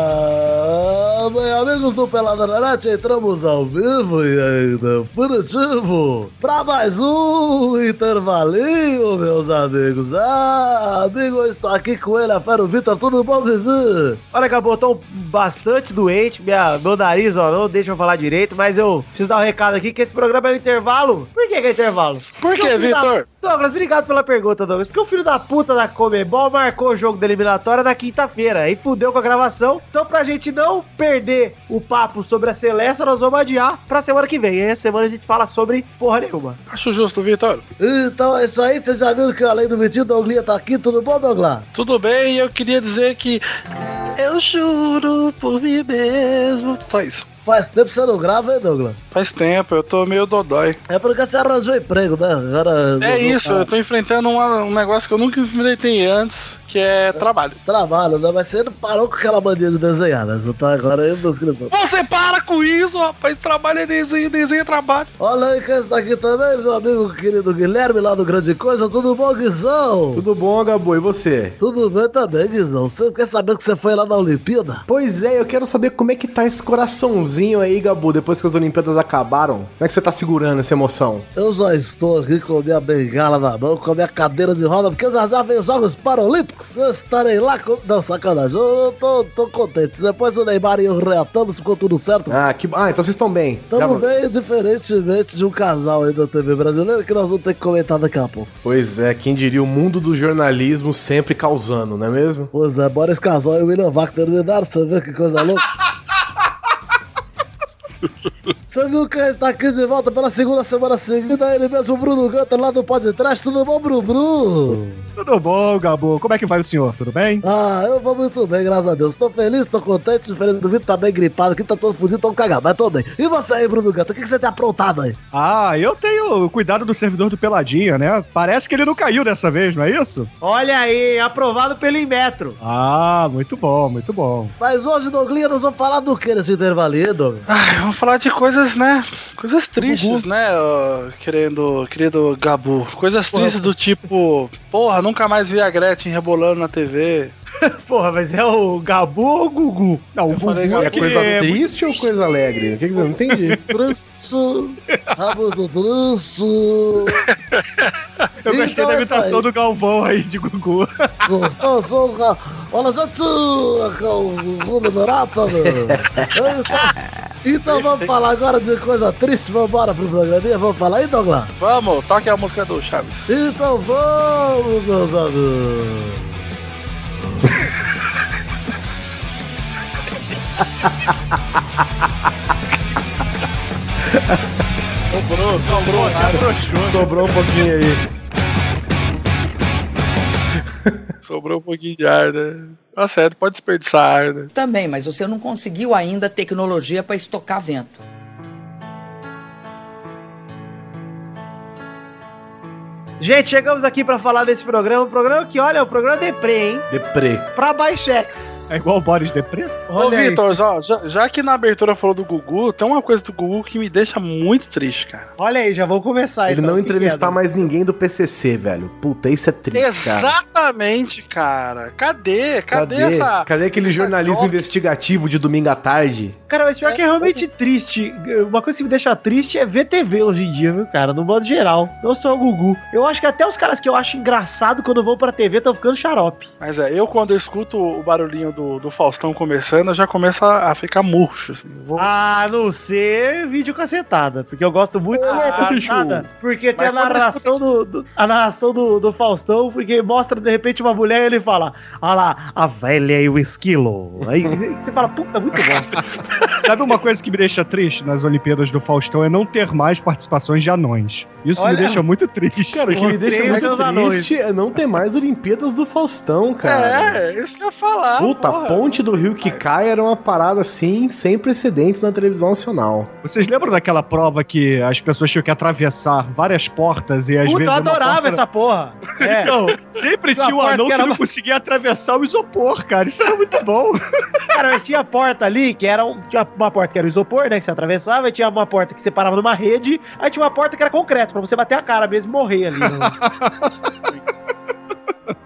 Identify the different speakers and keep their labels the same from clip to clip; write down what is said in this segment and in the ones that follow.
Speaker 1: Ah! Bem, amigos do Pelada na Net, entramos ao vivo e ainda furativo para mais um intervalinho, meus amigos. Ah, amigo, eu estou aqui com ele, a Fera o Vitor, tudo bom, Vivi?
Speaker 2: Olha, Cabo, eu tô bastante doente, minha, meu nariz, ó, não deixa eu falar direito, mas eu preciso dar um recado aqui que esse programa é um intervalo. Por que, que é intervalo?
Speaker 3: Por
Speaker 2: Porque
Speaker 3: quê,
Speaker 2: o filho da-
Speaker 3: Vitor?
Speaker 2: Douglas, obrigado pela pergunta, Douglas. Porque o filho da puta da Comebol marcou o jogo da eliminatória na quinta-feira e fudeu com a gravação. Então, pra gente não perder o papo sobre a Celeste, nós vamos adiar pra semana que vem. E aí, a semana a gente fala sobre porra nenhuma.
Speaker 3: Acho justo, Vitor.
Speaker 1: Então é isso aí, vocês já viram que além do Vitinho, o Douglinha tá aqui, tudo bom, Douglas?
Speaker 3: Tudo bem, eu queria dizer que eu juro por mim mesmo. Só isso.
Speaker 1: Faz tempo que você não grava, hein, Douglas?
Speaker 3: Faz tempo, eu tô meio dodói.
Speaker 1: É porque você arranjou emprego, né? Agora
Speaker 3: É
Speaker 1: resolveu
Speaker 3: isso, eu tô enfrentando uma- um negócio que eu nunca enfrentei antes, que é trabalho.
Speaker 1: Trabalho, né? Mas você não parou com aquela mania de desenhar, né? Você tá agora aí no escritório.
Speaker 3: Você para com isso, rapaz. Trabalho é desenho, desenho é trabalho.
Speaker 1: Olha aí quem está tá aqui também, meu amigo querido Guilherme, lá do Grande Coisa. Tudo bom, Guizão?
Speaker 4: Tudo bom, Gabo? E você?
Speaker 1: Tudo bem também, Guizão. Você quer saber que você foi lá na Olimpíada?
Speaker 4: Pois é, eu quero saber como é que tá esse coraçãozinho aí, Gabo, depois que as Olimpíadas acabaram. Como é que você tá segurando essa emoção?
Speaker 1: Eu já estou aqui com minha bengala na mão, com a minha cadeira de roda, porque já já vem os Jogos Paralímpicos. Eu estarei lá com... Não, sacanagem. Eu tô, tô contente. Depois o Neymar e eu reatamos, ficou tudo certo.
Speaker 4: Ah, que... ah então vocês estão bem.
Speaker 1: Tamo
Speaker 4: Já-
Speaker 1: bem, diferentemente de um casal aí da TV brasileira, que nós vamos ter que comentar daqui a pouco.
Speaker 4: Pois é, quem diria o mundo do jornalismo sempre causando, não é mesmo?
Speaker 1: Pois é, Boris Casal e William Wagner terminaram, você viu que coisa louca? Você viu que está aqui de volta pela segunda semana seguida, ele mesmo, Bruno Gunter, lá do podcast, tudo bom, Bru Bru?
Speaker 5: Tudo bom, Gabo? Como é que vai o senhor? Tudo bem?
Speaker 1: Ah, eu vou muito bem, graças a Deus. Tô feliz, tô contente, diferente do Vitor, tá bem gripado aqui, tá todo fudido, todo cagado, mas tô bem. E você aí, Bruno Gunter, o que, que você tem aprontado aí?
Speaker 5: Ah, eu tenho cuidado do servidor do Peladinha, né? Parece que ele não caiu dessa vez, não é isso?
Speaker 2: Olha aí, aprovado pelo Inmetro.
Speaker 5: Ah, muito bom, muito bom.
Speaker 1: Mas hoje, Douglinha, nós vamos falar do que nesse intervalo, aí, Douglas?
Speaker 3: Ai, vamos falar de coisas, né? Coisas tristes, né, ô, querendo, querido Gabu? Coisas tristes do tipo, porra, nunca mais vi a Gretchen rebolando na TV.
Speaker 2: Porra, mas é o Gabu ou o Gugu?
Speaker 5: Não, o Gugu
Speaker 3: falei, Gabu.
Speaker 5: é
Speaker 4: É coisa
Speaker 5: é muito-
Speaker 4: triste ou coisa alegre? O que, que você não entendi?
Speaker 1: Trunço, rabo do trunço.
Speaker 5: Eu gostei
Speaker 1: Então
Speaker 5: da
Speaker 1: é isso
Speaker 5: imitação
Speaker 1: aí.
Speaker 5: do Galvão aí de Gugu.
Speaker 1: Gostou? Sou o Gal- Olha, gente, o Gugu do Barato, Então, então vamos falar agora de coisa triste. Vamos embora pro programinha. Vamos falar aí, Douglas?
Speaker 3: Vamos, toque a música do Chaves.
Speaker 1: Então vamos, meus amigos.
Speaker 3: Sobrou, sobrou,
Speaker 4: Sobrou um pouquinho aí.
Speaker 3: sobrou um pouquinho de ar, né? Tá certo, pode desperdiçar ar, né?
Speaker 6: Também, mas você não conseguiu ainda tecnologia para estocar vento.
Speaker 2: Gente, chegamos aqui pra falar desse programa. Um programa que, olha, é um programa deprê, hein?
Speaker 4: Deprê.
Speaker 2: Pra Baixex.
Speaker 5: É igual o Boris Depre?
Speaker 3: Ô,
Speaker 2: Olha
Speaker 3: Vitor,
Speaker 2: isso.
Speaker 3: ó, já, já que na abertura falou do Gugu, tem uma coisa do Gugu que me deixa muito triste, cara.
Speaker 2: Olha aí, já vou
Speaker 1: tá,
Speaker 2: começar.
Speaker 4: Ele
Speaker 2: então,
Speaker 4: não
Speaker 2: o que que é,
Speaker 4: entrevistar
Speaker 2: Douglas?
Speaker 4: mais ninguém do PCC, velho. Puta, isso é triste, cara.
Speaker 3: Exatamente, cara. Cadê? Cadê,
Speaker 4: Cadê?
Speaker 3: essa.
Speaker 4: Cadê aquele
Speaker 3: essa
Speaker 4: jornalismo
Speaker 3: jovem?
Speaker 4: investigativo de domingo à tarde?
Speaker 2: Cara, mas pior que é realmente triste. Uma coisa que me deixa triste é ver TV hoje em dia, viu, cara? No modo geral. Não só o Gugu. Eu acho que até os caras que eu acho engraçado quando vão pra TV estão ficando xarope.
Speaker 3: Mas é, eu quando eu escuto o barulhinho do, do Faustão começando, eu já começo a, a ficar murcho. Assim. Eu
Speaker 4: Ah,
Speaker 3: vou-
Speaker 2: A não ser vídeo cacetada, porque eu gosto muito da cacetada, porque tem a
Speaker 3: Mas quando
Speaker 2: narração, do, do- a narração do, do Faustão, porque mostra de repente uma mulher e ele fala, ah lá, a velha e o esquilo. Aí você fala, puta, muito bom.
Speaker 5: Sabe uma coisa que me deixa triste nas Olimpíadas do Faustão é não ter mais participações de anões. Isso
Speaker 2: Olha-
Speaker 5: me deixa muito triste.
Speaker 4: Cara, o que me deixa
Speaker 2: Odeio seus
Speaker 4: muito
Speaker 2: anões.
Speaker 4: triste é não ter mais Olimpíadas do Faustão, cara.
Speaker 3: É, isso que eu ia falar.
Speaker 4: Puta,
Speaker 3: porra.
Speaker 4: ponte do Rio que cai era uma parada assim, sem precedentes na televisão nacional.
Speaker 5: Vocês lembram daquela prova que as pessoas tinham que atravessar várias portas e às
Speaker 2: Puta,
Speaker 5: vezes.
Speaker 2: eu
Speaker 5: uma
Speaker 2: adorava
Speaker 5: porta-
Speaker 2: essa porra. É.
Speaker 5: Não, sempre
Speaker 2: Uma
Speaker 5: tinha um
Speaker 2: porta
Speaker 5: anão
Speaker 2: que
Speaker 5: que,
Speaker 2: era
Speaker 5: não conseguia atravessar o isopor, cara. Isso era muito bom.
Speaker 2: Cara, mas tinha a porta ali, que era um- tinha uma porta que era o isopor, né? Que você atravessava, e tinha uma porta que separava numa rede, aí tinha uma porta que era concreto, pra você bater a cara mesmo e morrer ali. né?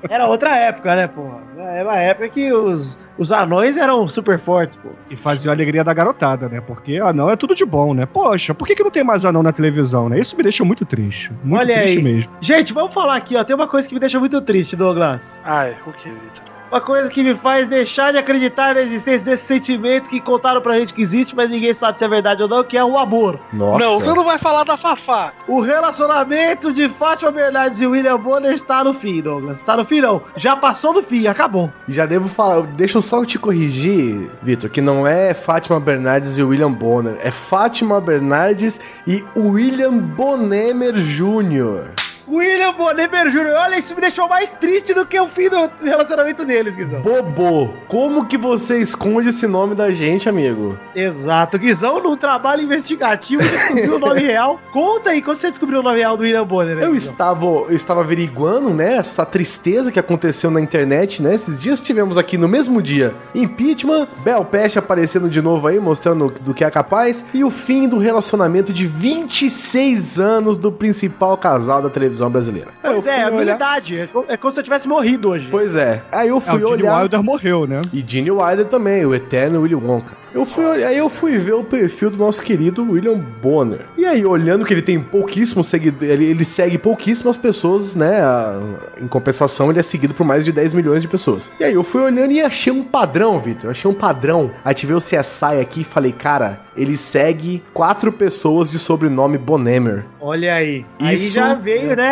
Speaker 2: Era outra época, né, pô? Era uma época que os, os anões eram super fortes, pô.
Speaker 5: E fazia a alegria da garotada, né? Porque anão é tudo de bom, né? Poxa, por que, que não tem mais anão na televisão, né? Isso me deixa muito triste. Muito
Speaker 2: Olha
Speaker 5: triste
Speaker 2: aí.
Speaker 5: mesmo.
Speaker 2: Gente, vamos falar aqui, ó. Tem uma coisa que me deixa muito triste, Douglas.
Speaker 3: Ai, o que, Vitor?
Speaker 2: Uma coisa que me faz deixar de acreditar na existência desse sentimento que contaram pra gente que existe, mas ninguém sabe se é verdade ou não, que é o amor.
Speaker 4: Nossa.
Speaker 3: Não, você não vai falar da Fafá.
Speaker 2: O relacionamento de Fátima Bernardes e William Bonner está no fim, Douglas. Está no fim, não. Já passou do fim, acabou.
Speaker 4: Já devo falar, deixa eu só te corrigir, Vitor, que não é Fátima Bernardes e William Bonner, é Fátima Bernardes e William Bonemer Jr.
Speaker 2: William Bonner Jr., olha, isso me deixou mais triste do que o fim do relacionamento deles, Guizão.
Speaker 4: Bobo, como que você esconde esse nome da gente, amigo?
Speaker 2: Exato, Guizão, num trabalho investigativo, descobriu o nome real. Conta aí, quando você descobriu o nome real do William Bonner? né,
Speaker 4: Eu
Speaker 2: Guizão?
Speaker 4: estava, eu estava averiguando, né, essa tristeza que aconteceu na internet, né? Esses dias tivemos aqui no mesmo dia impeachment, Bel Peste aparecendo de novo aí, mostrando do que é capaz, e o fim do relacionamento de 26 anos do principal casal da televisão brasileira. Aí eu
Speaker 2: Pois é,
Speaker 4: fui
Speaker 2: a minha
Speaker 4: olhar-
Speaker 2: idade. É co- é como se eu tivesse morrido hoje.
Speaker 4: Pois é. Aí eu
Speaker 5: Ah, o
Speaker 4: fui
Speaker 5: Gene
Speaker 4: olhar.
Speaker 5: Wilder morreu, né?
Speaker 4: E Gene Wilder também, o eterno Willy Wonka. Eu fui, olhar- aí eu fui ver o perfil do nosso querido William Bonner. E aí, olhando que ele tem pouquíssimos seguidores, ele, ele segue pouquíssimas pessoas, né? a- em compensação, ele é seguido por mais de 10 milhões de pessoas. E aí eu fui olhando e achei um padrão, Vitor. eu Achei um padrão. Ativei o CSI aqui e falei, cara, ele segue quatro pessoas de sobrenome Bonemer.
Speaker 2: Olha aí. Aí
Speaker 4: Isso-
Speaker 2: já veio, né?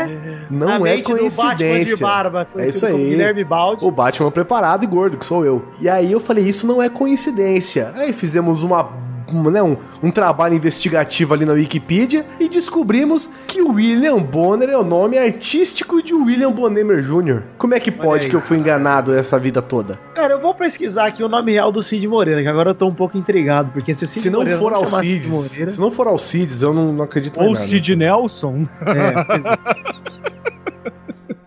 Speaker 4: Não
Speaker 2: a
Speaker 4: é
Speaker 2: mente do Batman de
Speaker 4: coincidência. É
Speaker 2: barba, conhecido
Speaker 4: isso
Speaker 2: como
Speaker 4: aí.
Speaker 2: Guilherme Baldi.
Speaker 4: O Batman preparado e gordo, que sou eu. E aí eu falei, isso não é coincidência. Aí fizemos uma. um, né, um, um trabalho investigativo ali na Wikipedia e descobrimos que William Bonner é o nome artístico de William Bonemer Jr. Como é que pode
Speaker 2: aí.
Speaker 4: que eu fui enganado essa vida toda?
Speaker 2: Cara, eu vou pesquisar aqui o nome real do Cid Moreira, que agora eu tô um pouco intrigado, porque se o Cid
Speaker 4: se não
Speaker 2: Moreira
Speaker 4: for
Speaker 2: chamasse Cid
Speaker 4: Alcides,
Speaker 2: Moreira-
Speaker 4: se não for Alcides, eu não, não acredito mais
Speaker 5: Ou
Speaker 4: nada.
Speaker 5: Sid Nelson.
Speaker 2: É, pois é.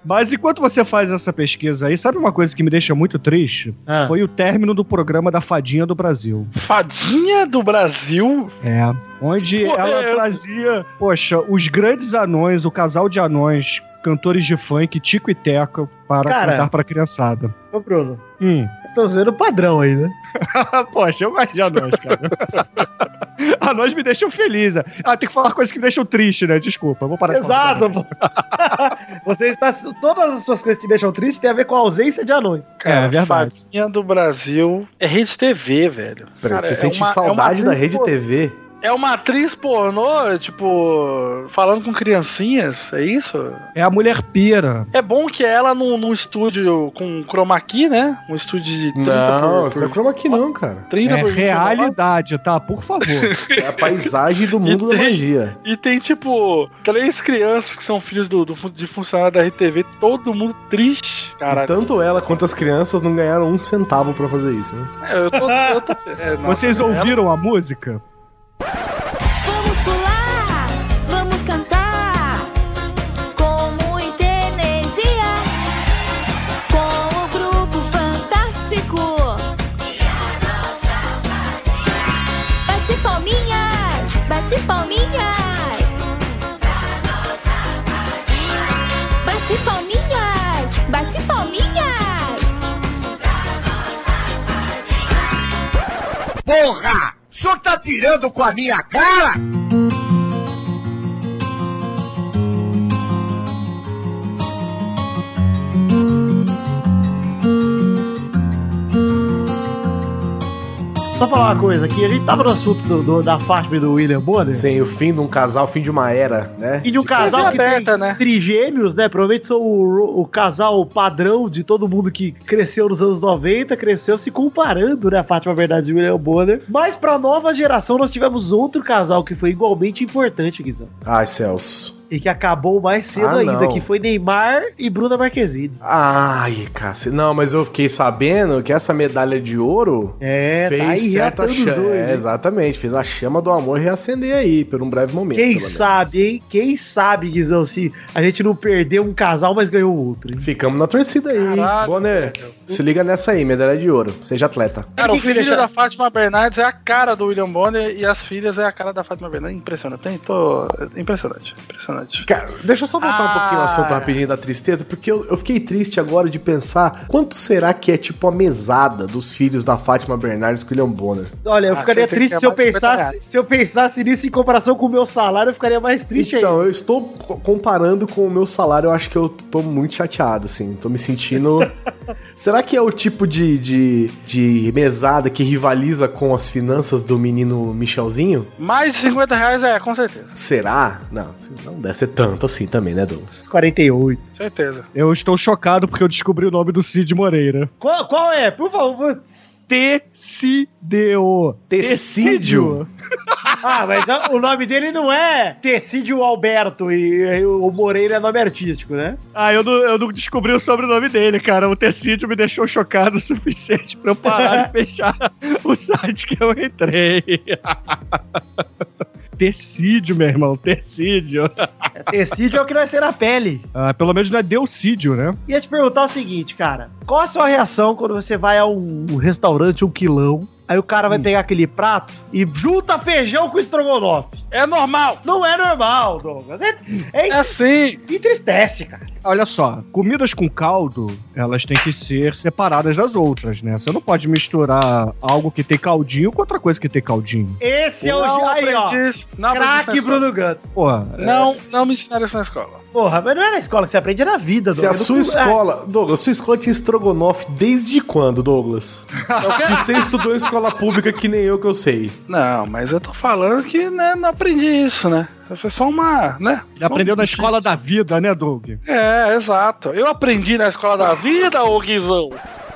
Speaker 5: Mas enquanto você faz essa pesquisa aí, sabe uma coisa que me deixa muito triste?
Speaker 2: Ah.
Speaker 5: Foi o término do programa da Fadinha do Brasil.
Speaker 3: Fadinha do Brasil?
Speaker 5: É. Onde
Speaker 3: Pô,
Speaker 5: ela
Speaker 3: é.
Speaker 5: trazia, poxa, os grandes anões, o casal de anões, cantores de funk, Tico e Teco, para
Speaker 2: Cara.
Speaker 5: cantar pra criançada.
Speaker 2: Ô, Bruno,
Speaker 5: Hum.
Speaker 2: eu tô vendo o padrão aí, né?
Speaker 5: poxa, eu gosto de anões, cara. anões me deixam feliz. né? Ah, tem que falar coisas que me deixam triste, né? Desculpa, vou parar de falar.
Speaker 2: Exato, pô. Você está. Todas as suas coisas que te deixam triste têm a ver com a ausência de anões.
Speaker 5: É, é verdade.
Speaker 3: Fadinha do Brasil é Rede TV, velho.
Speaker 4: Peraí,
Speaker 3: Cara,
Speaker 4: você
Speaker 3: é
Speaker 4: sente
Speaker 3: uma- é uma
Speaker 4: saudade da
Speaker 3: atriz
Speaker 4: rede
Speaker 3: pornô.
Speaker 4: TV?
Speaker 3: É uma atriz pornô, tipo, falando com criancinhas, é isso?
Speaker 5: É a mulher pira.
Speaker 3: É bom que ela num, num estúdio com chroma key, né? Um estúdio de 30
Speaker 4: Não, você
Speaker 3: por,
Speaker 4: não é
Speaker 3: por
Speaker 4: chroma aqui não, cara.
Speaker 3: 30
Speaker 5: É
Speaker 3: por 29.
Speaker 5: realidade, tá? Por favor.
Speaker 4: Isso é a paisagem do mundo da
Speaker 3: tem-
Speaker 4: magia.
Speaker 3: E tem, tipo, três crianças que são filhos do, do fun- de funcionário da RTV, todo mundo triste.
Speaker 4: E
Speaker 3: Caralho.
Speaker 4: tanto ela quanto as crianças não ganharam um centavo pra fazer isso, né?
Speaker 3: É, eu tô- eu tô- é, não,
Speaker 5: Vocês
Speaker 3: ela-
Speaker 5: ouviram a música?
Speaker 7: Vamos pular, vamos cantar com muita energia. Com o grupo fantástico e a nossa vadia. Bate palminhas, bate palminhas. Bate palminhas, bate palminhas.
Speaker 2: Só falar uma coisa aqui, a gente tava no assunto do, do- da Fátima e do William Bonner.
Speaker 4: Sim, o fim de um casal, o fim de uma era, né?
Speaker 2: E de um casal que
Speaker 3: aberta,
Speaker 2: tem
Speaker 3: né?
Speaker 2: trigêmeos, né? Provavelmente são o, ro- o casal padrão de todo mundo que cresceu nos anos 90, cresceu se comparando, né? A Fátima Verdade e o William Bonner. Mas pra nova geração nós tivemos outro casal que foi igualmente importante, Guizão.
Speaker 4: Ai, Celso.
Speaker 2: E que acabou mais cedo
Speaker 4: Ah,
Speaker 2: ainda,
Speaker 4: não.
Speaker 2: que foi Neymar e Bruna Marquezine.
Speaker 4: Ai, cacete. Não, mas eu fiquei sabendo que essa medalha de ouro
Speaker 2: É, tá aí
Speaker 4: fez certa
Speaker 2: reatando os
Speaker 4: chama.
Speaker 2: dois. né?
Speaker 4: exatamente, fez a chama do amor reacender aí, por um breve momento.
Speaker 2: Quem
Speaker 4: pelo menos.
Speaker 2: sabe, hein? Quem sabe, Guizão, se a gente não perdeu um casal, mas ganhou outro. hein?
Speaker 4: Ficamos na torcida aí, hein?
Speaker 3: Caralho,
Speaker 4: Bonner,
Speaker 3: velho.
Speaker 4: se liga nessa aí, medalha de ouro. Seja atleta.
Speaker 3: Cara,
Speaker 2: Quem
Speaker 3: o
Speaker 2: que vai
Speaker 3: filho
Speaker 2: deixar?
Speaker 3: da Fátima Bernardes é a É cara do William Bonner e as filhas é a cara da Fátima Bernardes. é Impressionante. Tem? Tô... Impressionante. Impressionante. verdade.
Speaker 4: Cara, deixa eu só voltar um
Speaker 2: Ah.
Speaker 4: pouquinho no assunto rapidinho da tristeza, porque eu, eu fiquei triste agora de pensar quanto será que é tipo a mesada dos filhos da Fátima Bernardes com o William Bonner.
Speaker 2: Olha, eu
Speaker 3: Ah,
Speaker 2: ficaria
Speaker 3: você tem
Speaker 2: triste
Speaker 3: que
Speaker 2: se eu,
Speaker 3: ganhar mais 50
Speaker 2: pensasse, se eu pensasse nisso em comparação com o meu salário, eu ficaria mais triste ainda.
Speaker 4: então, eu estou co- comparando com o meu salário, eu acho que eu tô muito chateado, assim. Tô me sentindo. será que é o tipo de, de, de mesada que rivaliza com as finanças do menino Michelzinho?
Speaker 3: Mais de 50 reais é, com certeza.
Speaker 4: Será? Não, não deve ser tanto assim também, né, Douglas?
Speaker 2: 48.
Speaker 3: Certeza.
Speaker 5: Eu estou chocado porque eu descobri o nome do Cid Moreira.
Speaker 2: Qual, qual é? Por favor.
Speaker 5: Tecideo.
Speaker 4: Tecídio?
Speaker 2: Ah, mas a- o nome dele não é Tecídio Alberto e, e o Moreira é nome artístico, né?
Speaker 5: Ah, eu não, eu não descobri o sobrenome dele, cara. O Tecídio me deixou chocado o suficiente pra eu parar de fechar o site que eu entrei. Tecídio, meu irmão, Tecídio.
Speaker 2: Tecídio é o que nascer na pele.
Speaker 5: Ah, pelo menos não é Deucídio, né?
Speaker 2: Ia te perguntar o seguinte, cara. Qual a sua reação quando você vai a um restaurante, um quilão, aí o cara vai
Speaker 3: Hum.
Speaker 2: pegar aquele prato e junta feijão com estrogonofe?
Speaker 3: É normal.
Speaker 2: Não é normal, Douglas. É, é,
Speaker 3: É sim.
Speaker 2: entristece, cara.
Speaker 5: Olha só, comidas com caldo, elas têm que ser separadas das outras, né? Você não pode misturar algo que tem caldinho com outra coisa que tem caldinho.
Speaker 2: Esse é o...
Speaker 3: não
Speaker 2: gi- Aí, ó.
Speaker 3: aprendi isso- não aprendi Ah, isso é na
Speaker 2: Craque
Speaker 3: escola.
Speaker 2: Bruno Ganto.
Speaker 5: Porra,
Speaker 3: Não, não me ensinaram isso na escola.
Speaker 2: Porra, mas não é na escola que você aprende, é na vida,
Speaker 4: Se a
Speaker 2: Douglas.
Speaker 4: sua
Speaker 2: Não-
Speaker 4: escola. Douglas, sua escola tinha estrogonofe desde quando, Douglas? Que você estudou em escola pública que nem eu que eu sei.
Speaker 3: Não, mas eu tô falando que né, não aprendi isso, né? Foi só uma, né?
Speaker 5: Ele aprendeu na escola da vida, né, Doug?
Speaker 3: É, exato. Eu aprendi na escola da vida, ô Guizão.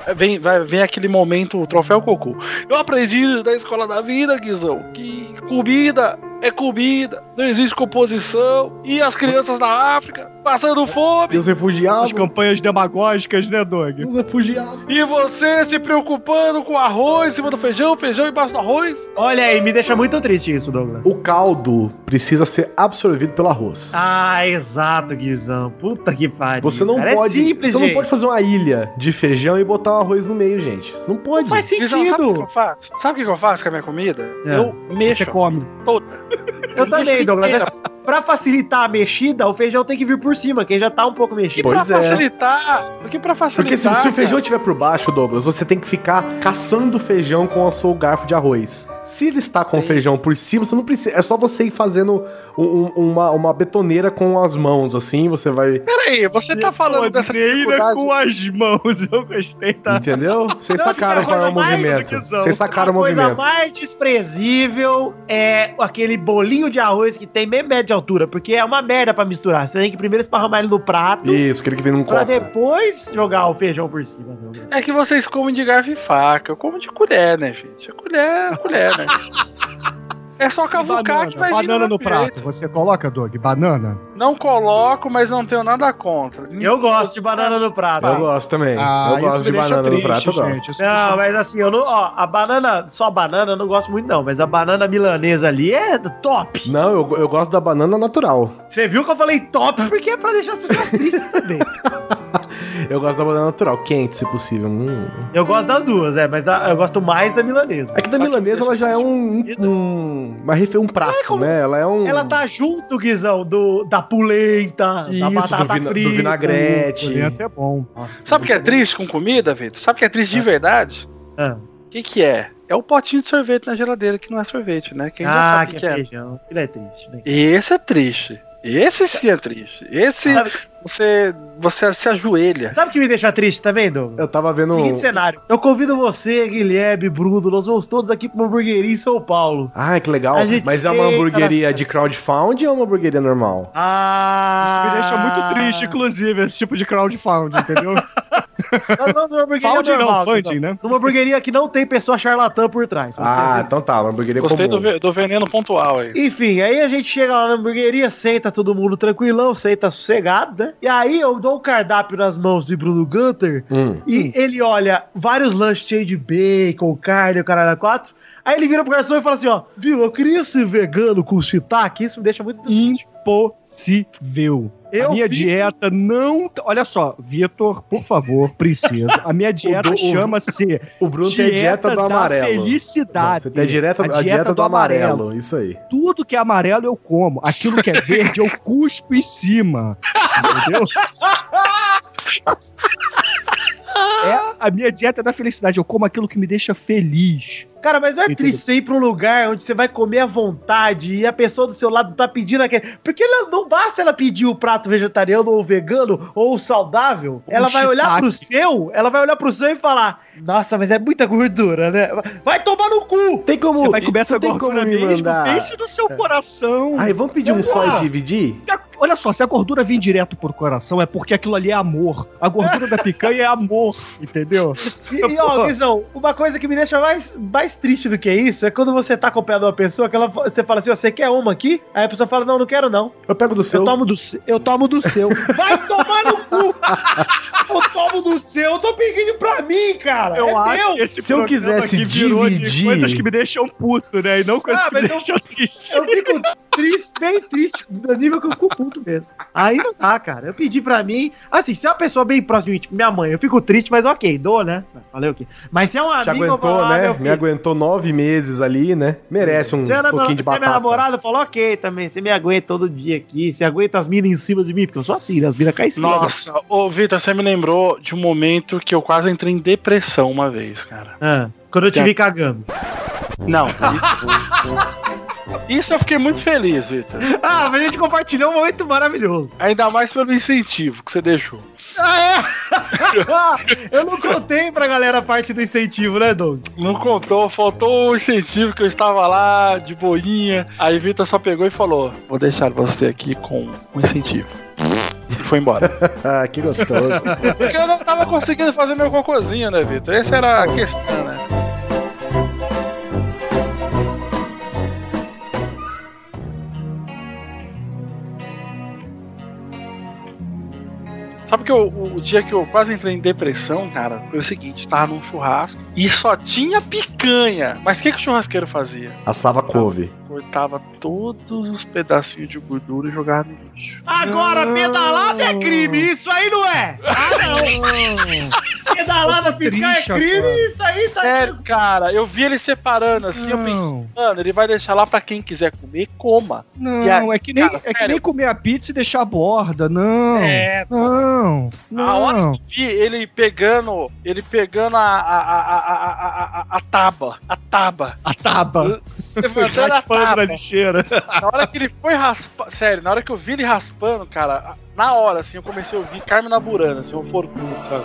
Speaker 3: É, Vem, vai, vem aquele momento, o troféu cocô. Eu aprendi na escola da vida, Guizão, que comida é comida, não existe composição. E as crianças da África passando
Speaker 4: E
Speaker 3: fome.
Speaker 4: os refugiados.
Speaker 5: As
Speaker 2: é um
Speaker 5: campanhas demagógicas, né, Doug?
Speaker 4: Os refugiados.
Speaker 3: E você se preocupando com arroz em cima do feijão, feijão embaixo do arroz.
Speaker 2: Olha aí, me deixa muito triste isso, Douglas.
Speaker 4: O caldo precisa ser absorvido pelo arroz.
Speaker 2: Ah, exato, Guizão. Puta que pariu.
Speaker 4: Você não
Speaker 2: cara.
Speaker 4: pode.
Speaker 2: É simples,
Speaker 4: você
Speaker 2: gente.
Speaker 4: não pode fazer uma ilha de feijão e botar o arroz no meio, gente. Você não pode.
Speaker 2: Não faz
Speaker 3: Guizão, sabe o que eu
Speaker 2: sentido.
Speaker 3: faço? Sabe o que eu faço com a minha comida?
Speaker 2: É.
Speaker 3: Eu mexo
Speaker 5: Você come.
Speaker 3: toda.
Speaker 2: Eu também,
Speaker 3: Mexo
Speaker 2: Douglas.
Speaker 3: inteira.
Speaker 2: Mas pra facilitar a mexida, o feijão tem que vir por cima, que ele já tá um pouco
Speaker 3: Que
Speaker 2: mexido.
Speaker 4: Pois
Speaker 3: pra
Speaker 4: é.
Speaker 3: facilitar. Porque pra facilitar.
Speaker 4: Porque se, se o feijão
Speaker 3: cara,
Speaker 4: estiver pro baixo, Douglas, você tem que ficar caçando o feijão com o seu garfo de arroz. Se ele está com o feijão por cima, você não precisa. É só você ir fazendo um- um- uma, uma betoneira com as mãos, assim, você vai.
Speaker 3: Peraí, você
Speaker 4: é
Speaker 3: tá falando dessa
Speaker 4: né,
Speaker 5: Podeira
Speaker 3: dificuldade.
Speaker 5: com as mãos, eu gostei, tá?
Speaker 4: Entendeu? Vocês
Speaker 2: Não,
Speaker 4: sacaram
Speaker 2: que
Speaker 4: qual é o
Speaker 2: coisa mais
Speaker 4: movimento.
Speaker 5: educação.
Speaker 4: Vocês sacaram
Speaker 2: a
Speaker 4: o
Speaker 2: coisa
Speaker 4: movimento.
Speaker 2: mais desprezível é aquele bolinho de arroz que tem meio metro de altura, porque é uma merda pra misturar. Você tem que primeiro esparramar ele no prato,
Speaker 4: Isso, aquele que vem num
Speaker 2: pra
Speaker 4: copo.
Speaker 2: depois jogar o feijão por cima. Douglas.
Speaker 3: É que vocês comem de garfo e faca. Eu como de colher, né, gente? É colher, é colher, né? É só cavucar
Speaker 5: Banana,
Speaker 3: que vai vir
Speaker 5: banana
Speaker 3: do
Speaker 5: no
Speaker 3: mesmo jeito.
Speaker 5: prato. Você coloca, Doug? Banana?
Speaker 3: Não coloco, mas não tenho nada contra.
Speaker 2: Eu gosto de banana no prato.
Speaker 4: Eu gosto também.
Speaker 2: Ah,
Speaker 5: Ah,
Speaker 4: eu gosto de banana no prato, eu gosto.
Speaker 5: gente. Isso me
Speaker 2: Não, mas assim, eu não. Ó, a banana, só banana, eu não gosto muito, não. Mas a banana milanesa ali é top.
Speaker 4: Não, eu, eu gosto da banana natural.
Speaker 2: Você viu que eu falei top porque é pra deixar as pessoas tristes também.
Speaker 4: Eu gosto da banana natural, quente, se possível. Hum.
Speaker 2: Eu gosto das duas, é, mas a- eu gosto mais da milanesa.
Speaker 4: É que da
Speaker 3: Só que
Speaker 4: milanesa ela já é um, um, uma refe- um prato,
Speaker 2: como-
Speaker 4: né? Ela é um.
Speaker 2: Ela tá junto, Guizão, do, da polenta, da
Speaker 4: Isso,
Speaker 2: batata
Speaker 4: do, vina- do
Speaker 2: frita.
Speaker 4: vinagrete.
Speaker 5: Olhei até bom.
Speaker 3: Sabe o que é triste com comida, Vitor? Sabe o que é triste de verdade? O
Speaker 2: Ah.
Speaker 3: que, que é? É o potinho de sorvete na geladeira, que não é sorvete, né? Quem já
Speaker 2: Ah,
Speaker 3: sabe
Speaker 2: que
Speaker 3: o que é.
Speaker 2: feijão. Aquilo é triste, né?
Speaker 3: Esse é triste. Esse sim é triste. Esse
Speaker 2: Sabe-
Speaker 3: você, você se ajoelha.
Speaker 2: Sabe o que me deixa triste também, Douglas?
Speaker 4: Eu tava vendo.
Speaker 2: Seguinte cenário. Eu convido você, Guilherme, Bruno, nós vamos todos aqui pra uma hamburgueria em São Paulo.
Speaker 4: Ah, que legal.
Speaker 2: A gente
Speaker 4: Mas é uma
Speaker 2: senta
Speaker 4: hamburgueria
Speaker 2: nas-
Speaker 4: de crowdfunding ou é uma hamburgueria normal?
Speaker 2: Ah!
Speaker 5: Isso me deixa muito triste, inclusive, esse tipo de crowdfunding, entendeu?
Speaker 2: Nós vamos numa
Speaker 5: Founding
Speaker 2: hamburgueria
Speaker 5: não,
Speaker 2: normal,
Speaker 5: funding,
Speaker 2: então.
Speaker 5: né?
Speaker 2: Numa hamburgueria que não tem pessoa charlatã por trás. vamos dizer
Speaker 4: Ah,
Speaker 2: assim.
Speaker 4: então tá, uma hamburgueria
Speaker 3: Gostei do,
Speaker 4: comum.
Speaker 3: ve- do veneno pontual aí.
Speaker 2: Enfim, aí a gente chega lá na hamburgueria, senta todo mundo tranquilão, senta sossegado, né? E aí eu dou o cardápio nas mãos de Bruno Gunter
Speaker 4: Hum.
Speaker 2: e ele olha vários lanches cheios de bacon, carne, o caralho 4. Aí ele vira pro garçom e fala assim, ó, viu, eu queria esse vegano com shiitake, isso me deixa muito... triste.
Speaker 5: impossível.
Speaker 2: Eu
Speaker 5: Hum. a minha
Speaker 2: fico-
Speaker 5: dieta não. Olha só, Vitor, por favor, princesa. A minha dieta
Speaker 4: do- o-
Speaker 5: chama-se.
Speaker 4: O Bruno tem dieta do
Speaker 5: da
Speaker 4: amarelo.
Speaker 5: Felicidade.
Speaker 4: Você tem a dieta, a dieta do amarelo. isso aí.
Speaker 5: Tudo que é amarelo eu como. Aquilo que é verde eu cuspo em cima. Entendeu? É a minha dieta da felicidade. Eu como aquilo que me deixa feliz.
Speaker 2: Cara, mas não é
Speaker 5: Entendeu?
Speaker 2: triste você ir pra um lugar onde você vai comer à vontade e a pessoa do seu lado tá pedindo aquele. Porque ela, não basta ela pedir o prato vegetariano ou vegano ou saudável. ela vai olhar
Speaker 5: shiitake.
Speaker 2: pro seu, ela vai olhar pro seu e falar: Nossa, mas é muita gordura, né? Vai tomar no cu!
Speaker 4: Tem como.
Speaker 5: Você vai comer essa
Speaker 4: você tem como
Speaker 5: gordura
Speaker 4: me
Speaker 5: mesmo,
Speaker 4: mandar?
Speaker 5: pense no seu coração.
Speaker 4: Aí, vamos pedir um só e
Speaker 5: Porra.
Speaker 4: dividir?
Speaker 5: Se a- olha só, se a gordura vem direto pro coração, é porque aquilo ali é amor. A gordura da picanha é amor, entendeu?
Speaker 2: E, e, ó, Guizão, uma coisa que me deixa mais, mais triste do que isso é quando você tá acompanhado de uma pessoa que ela, fa- você fala assim: Ó, você quer uma aqui? Aí a pessoa fala: Não, não quero não.
Speaker 4: Eu pego do
Speaker 2: Eu
Speaker 4: seu.
Speaker 2: tomo do, se- eu tomo do seu. Vai tomar no cu! Eu tomo do seu, eu tô pedindo pra mim, cara!
Speaker 5: Tá.
Speaker 2: é meu!
Speaker 5: esse
Speaker 4: Se eu
Speaker 5: programa
Speaker 4: quisesse
Speaker 5: aqui virou
Speaker 4: dividir-
Speaker 5: de coisas que me deixam puto, né? E não coisas
Speaker 2: Ah,
Speaker 5: que me
Speaker 2: mas eu-
Speaker 5: deixam triste.
Speaker 2: Eu fico triste, bem triste, do nível que eu fico puto mesmo. Aí não dá, cara. Eu pedi pra mim. Assim, se é uma pessoa bem próxima de mim, tipo minha mãe, eu fico triste, mas ok, dou, né? Falei o quê? Mas se é um
Speaker 4: Te
Speaker 2: amigo, eu
Speaker 4: aguentou,
Speaker 2: falo, ah,
Speaker 4: né?
Speaker 2: meu
Speaker 4: Me
Speaker 2: filho.
Speaker 4: aguentou nove meses ali, né? Merece um
Speaker 2: Se é,
Speaker 4: pouquinho de
Speaker 2: se é minha
Speaker 4: batata.
Speaker 2: namorada, eu falo, ok também, você me aguenta todo dia aqui, você aguenta as minas em cima de mim, porque eu sou assim, né? As minas caem em cima.
Speaker 3: Nossa, ô Vitor, você me lembrou de um momento que eu quase entrei em depressão uma vez, cara.
Speaker 2: Ah, quando eu te vi cagando.
Speaker 3: Não. Isso eu fiquei muito feliz, Vitor.
Speaker 2: Ah, mas a gente compartilhou um momento maravilhoso.
Speaker 3: Ainda mais pelo incentivo que você deixou.
Speaker 2: Ah, eu não contei pra galera a parte do incentivo, né, Doug?
Speaker 3: Não contou, faltou o incentivo que eu estava lá de boinha. Aí Vitor só pegou e falou: Vou deixar você aqui com um incentivo. E foi embora.
Speaker 4: Ah, que gostoso.
Speaker 3: Porque eu não tava conseguindo fazer meu cocôzinho, né, Vitor? Essa era a questão, né? Sabe que eu- o, o dia que eu quase entrei em depressão, cara, foi o seguinte: tava num churrasco e só tinha picanha. Mas o que, que o churrasqueiro fazia?
Speaker 4: Assava couve.
Speaker 3: cortava todos os pedacinhos de gordura e jogava no lixo.
Speaker 2: Agora, pedalada é crime, isso aí não é! Ah, não! pedalada fiscal é
Speaker 5: triste
Speaker 2: crime,
Speaker 5: agora.
Speaker 2: isso aí tá.
Speaker 3: Sério, cara, eu vi ele separando assim, eu pensei,
Speaker 5: Não,
Speaker 3: mano, ele vai deixar lá pra quem quiser comer, coma. E
Speaker 5: não,
Speaker 3: aí,
Speaker 5: é que, nem,
Speaker 3: cara,
Speaker 5: é que
Speaker 3: sério.
Speaker 5: nem comer a pizza e deixar a borda, não.
Speaker 3: É,
Speaker 5: Não,
Speaker 3: A hora
Speaker 5: não.
Speaker 3: que eu vi ele pegando, ele pegando a, a, a, a, a, a- a, a taba, a taba,
Speaker 5: A taba.
Speaker 3: levantando a
Speaker 5: Raspando na
Speaker 3: taba.
Speaker 5: lixeira.
Speaker 3: Na hora que ele foi raspar, sério, na hora que eu vi ele raspando, cara, na hora, assim, eu comecei a ouvir Carmen na Burana, assim, um forcudo, sabe?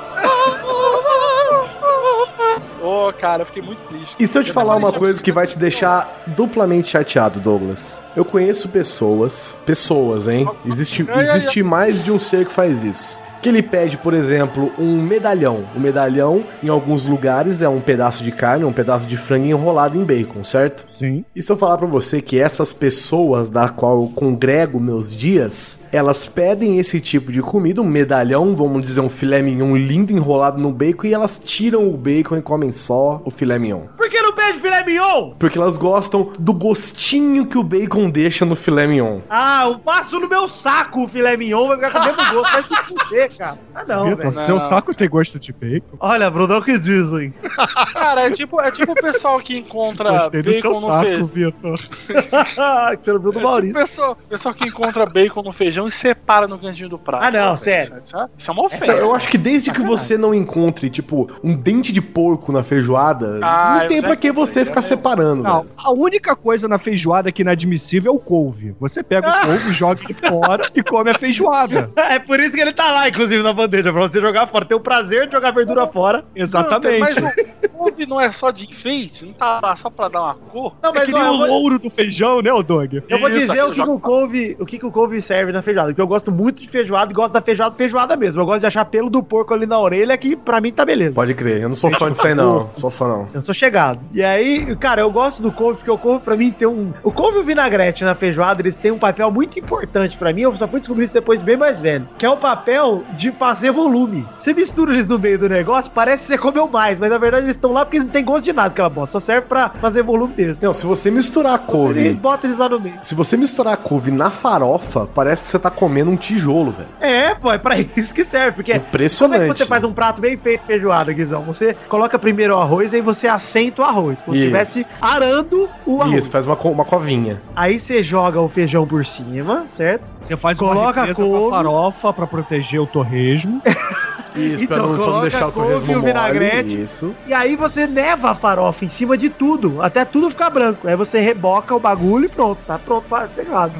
Speaker 3: Ô, cara, eu fiquei muito triste.
Speaker 4: E se eu te falar uma coisa que vai te deixar duplamente chateado, Douglas? Eu conheço pessoas, pessoas, hein? Existe, existe mais de um ser que faz isso. Que ele pede, por exemplo, um medalhão. O medalhão, em alguns lugares, é um pedaço de carne, um pedaço de frango enrolado em bacon, certo?
Speaker 5: Sim.
Speaker 4: E se eu falar pra você que essas pessoas da qual eu congrego meus dias, elas pedem esse tipo de comida, um medalhão, vamos dizer, um filé mignon lindo enrolado no bacon, e elas tiram o bacon e comem só o filé mignon.
Speaker 2: Por que não pede filé mignon?
Speaker 4: Porque elas gostam do gostinho que o bacon deixa no filé mignon.
Speaker 2: Ah, eu passo no meu saco o filé mignon, vai ficar com o mesmo gosto, vai se fuder, cara. Ah, não,
Speaker 5: Vitor,
Speaker 2: velho.
Speaker 5: seu saco tem gosto de bacon?
Speaker 2: Olha, Bruno, é o que dizem.
Speaker 3: Cara, é tipo, é tipo o pessoal que encontra
Speaker 5: Gostei do seu
Speaker 3: bacon no
Speaker 5: saco,
Speaker 3: feijão.
Speaker 5: Vitor.
Speaker 2: Ah, que era o Bruno
Speaker 3: É tipo o pessoal, o pessoal que encontra bacon no feijão e separa no cantinho do prato.
Speaker 2: Ah, não,
Speaker 3: Isso é-
Speaker 2: sério.
Speaker 3: Isso é, isso é uma ofensa.
Speaker 4: Então, eu acho que desde
Speaker 2: É
Speaker 4: que você não encontre, tipo, um dente de porco na feijoada,
Speaker 3: Ah,
Speaker 4: não
Speaker 3: eu
Speaker 4: tem
Speaker 3: já
Speaker 4: pra que
Speaker 3: encontrei,
Speaker 4: você
Speaker 3: eu
Speaker 4: ficar
Speaker 3: já-
Speaker 4: separando.
Speaker 5: Não,
Speaker 4: velho.
Speaker 5: a única coisa na feijoada que é inadmissível é o couve. Você pega
Speaker 2: Ah!
Speaker 5: o couve, joga ele fora e come a feijoada.
Speaker 2: É por isso que ele tá lá, inclusive, na bandeja, pra você jogar fora. Ter o prazer de jogar verdura fora.
Speaker 5: Exatamente.
Speaker 3: Mas o couve não é só de enfeite? Não tá lá só pra dar uma cor?
Speaker 2: Não,
Speaker 5: é que nem
Speaker 2: ó, eu
Speaker 5: o
Speaker 2: vou-
Speaker 5: louro do feijão, né, o Dog?
Speaker 2: Eu vou
Speaker 3: Isso,
Speaker 2: dizer o que,
Speaker 3: aquele
Speaker 2: que o couve, o que, que o couve serve na feijoada, porque eu gosto muito de feijoada e gosto da feijoada feijoada mesmo. Eu gosto de achar pelo do porco ali na orelha, que pra mim tá beleza.
Speaker 4: Pode crer, eu não sou fã disso aí não. Sou fã não.
Speaker 2: Eu sou chegado. E aí aí, cara, eu gosto do couve, porque o couve pra mim tem um... O couve e o vinagrete na feijoada, eles têm um papel muito importante pra mim, eu só fui descobrir isso depois de bem mais velho, que é o papel de fazer volume. Você mistura eles no meio do negócio, parece que você comeu mais, mas na verdade eles estão lá porque eles não têm gosto de nada, aquela bosta, só serve pra fazer volume mesmo.
Speaker 4: Não, se você misturar a couve.
Speaker 2: Você bota eles lá no meio.
Speaker 4: Se você misturar a couve na farofa, parece que você tá comendo um tijolo, velho.
Speaker 2: É, pô, é pra isso que serve, porque
Speaker 4: Impressionante.
Speaker 2: Como é que você faz um prato bem feito feijoada, Guizão? Você coloca primeiro o arroz, aí você assenta o arroz, como se
Speaker 4: Isso.
Speaker 2: estivesse arando o arroz.
Speaker 4: Isso, faz uma, co- uma covinha.
Speaker 2: Aí você joga o feijão por cima, certo?
Speaker 5: Você faz
Speaker 2: Coloca
Speaker 5: uma represa
Speaker 2: couve.
Speaker 5: com a farofa pra proteger o torresmo.
Speaker 4: Isso,
Speaker 2: Então, coloca a couve e o vinagrete.
Speaker 4: Isso.
Speaker 2: E aí você neva a farofa em cima de tudo, até tudo ficar branco. Aí você reboca o bagulho e pronto, tá pronto para feijoada.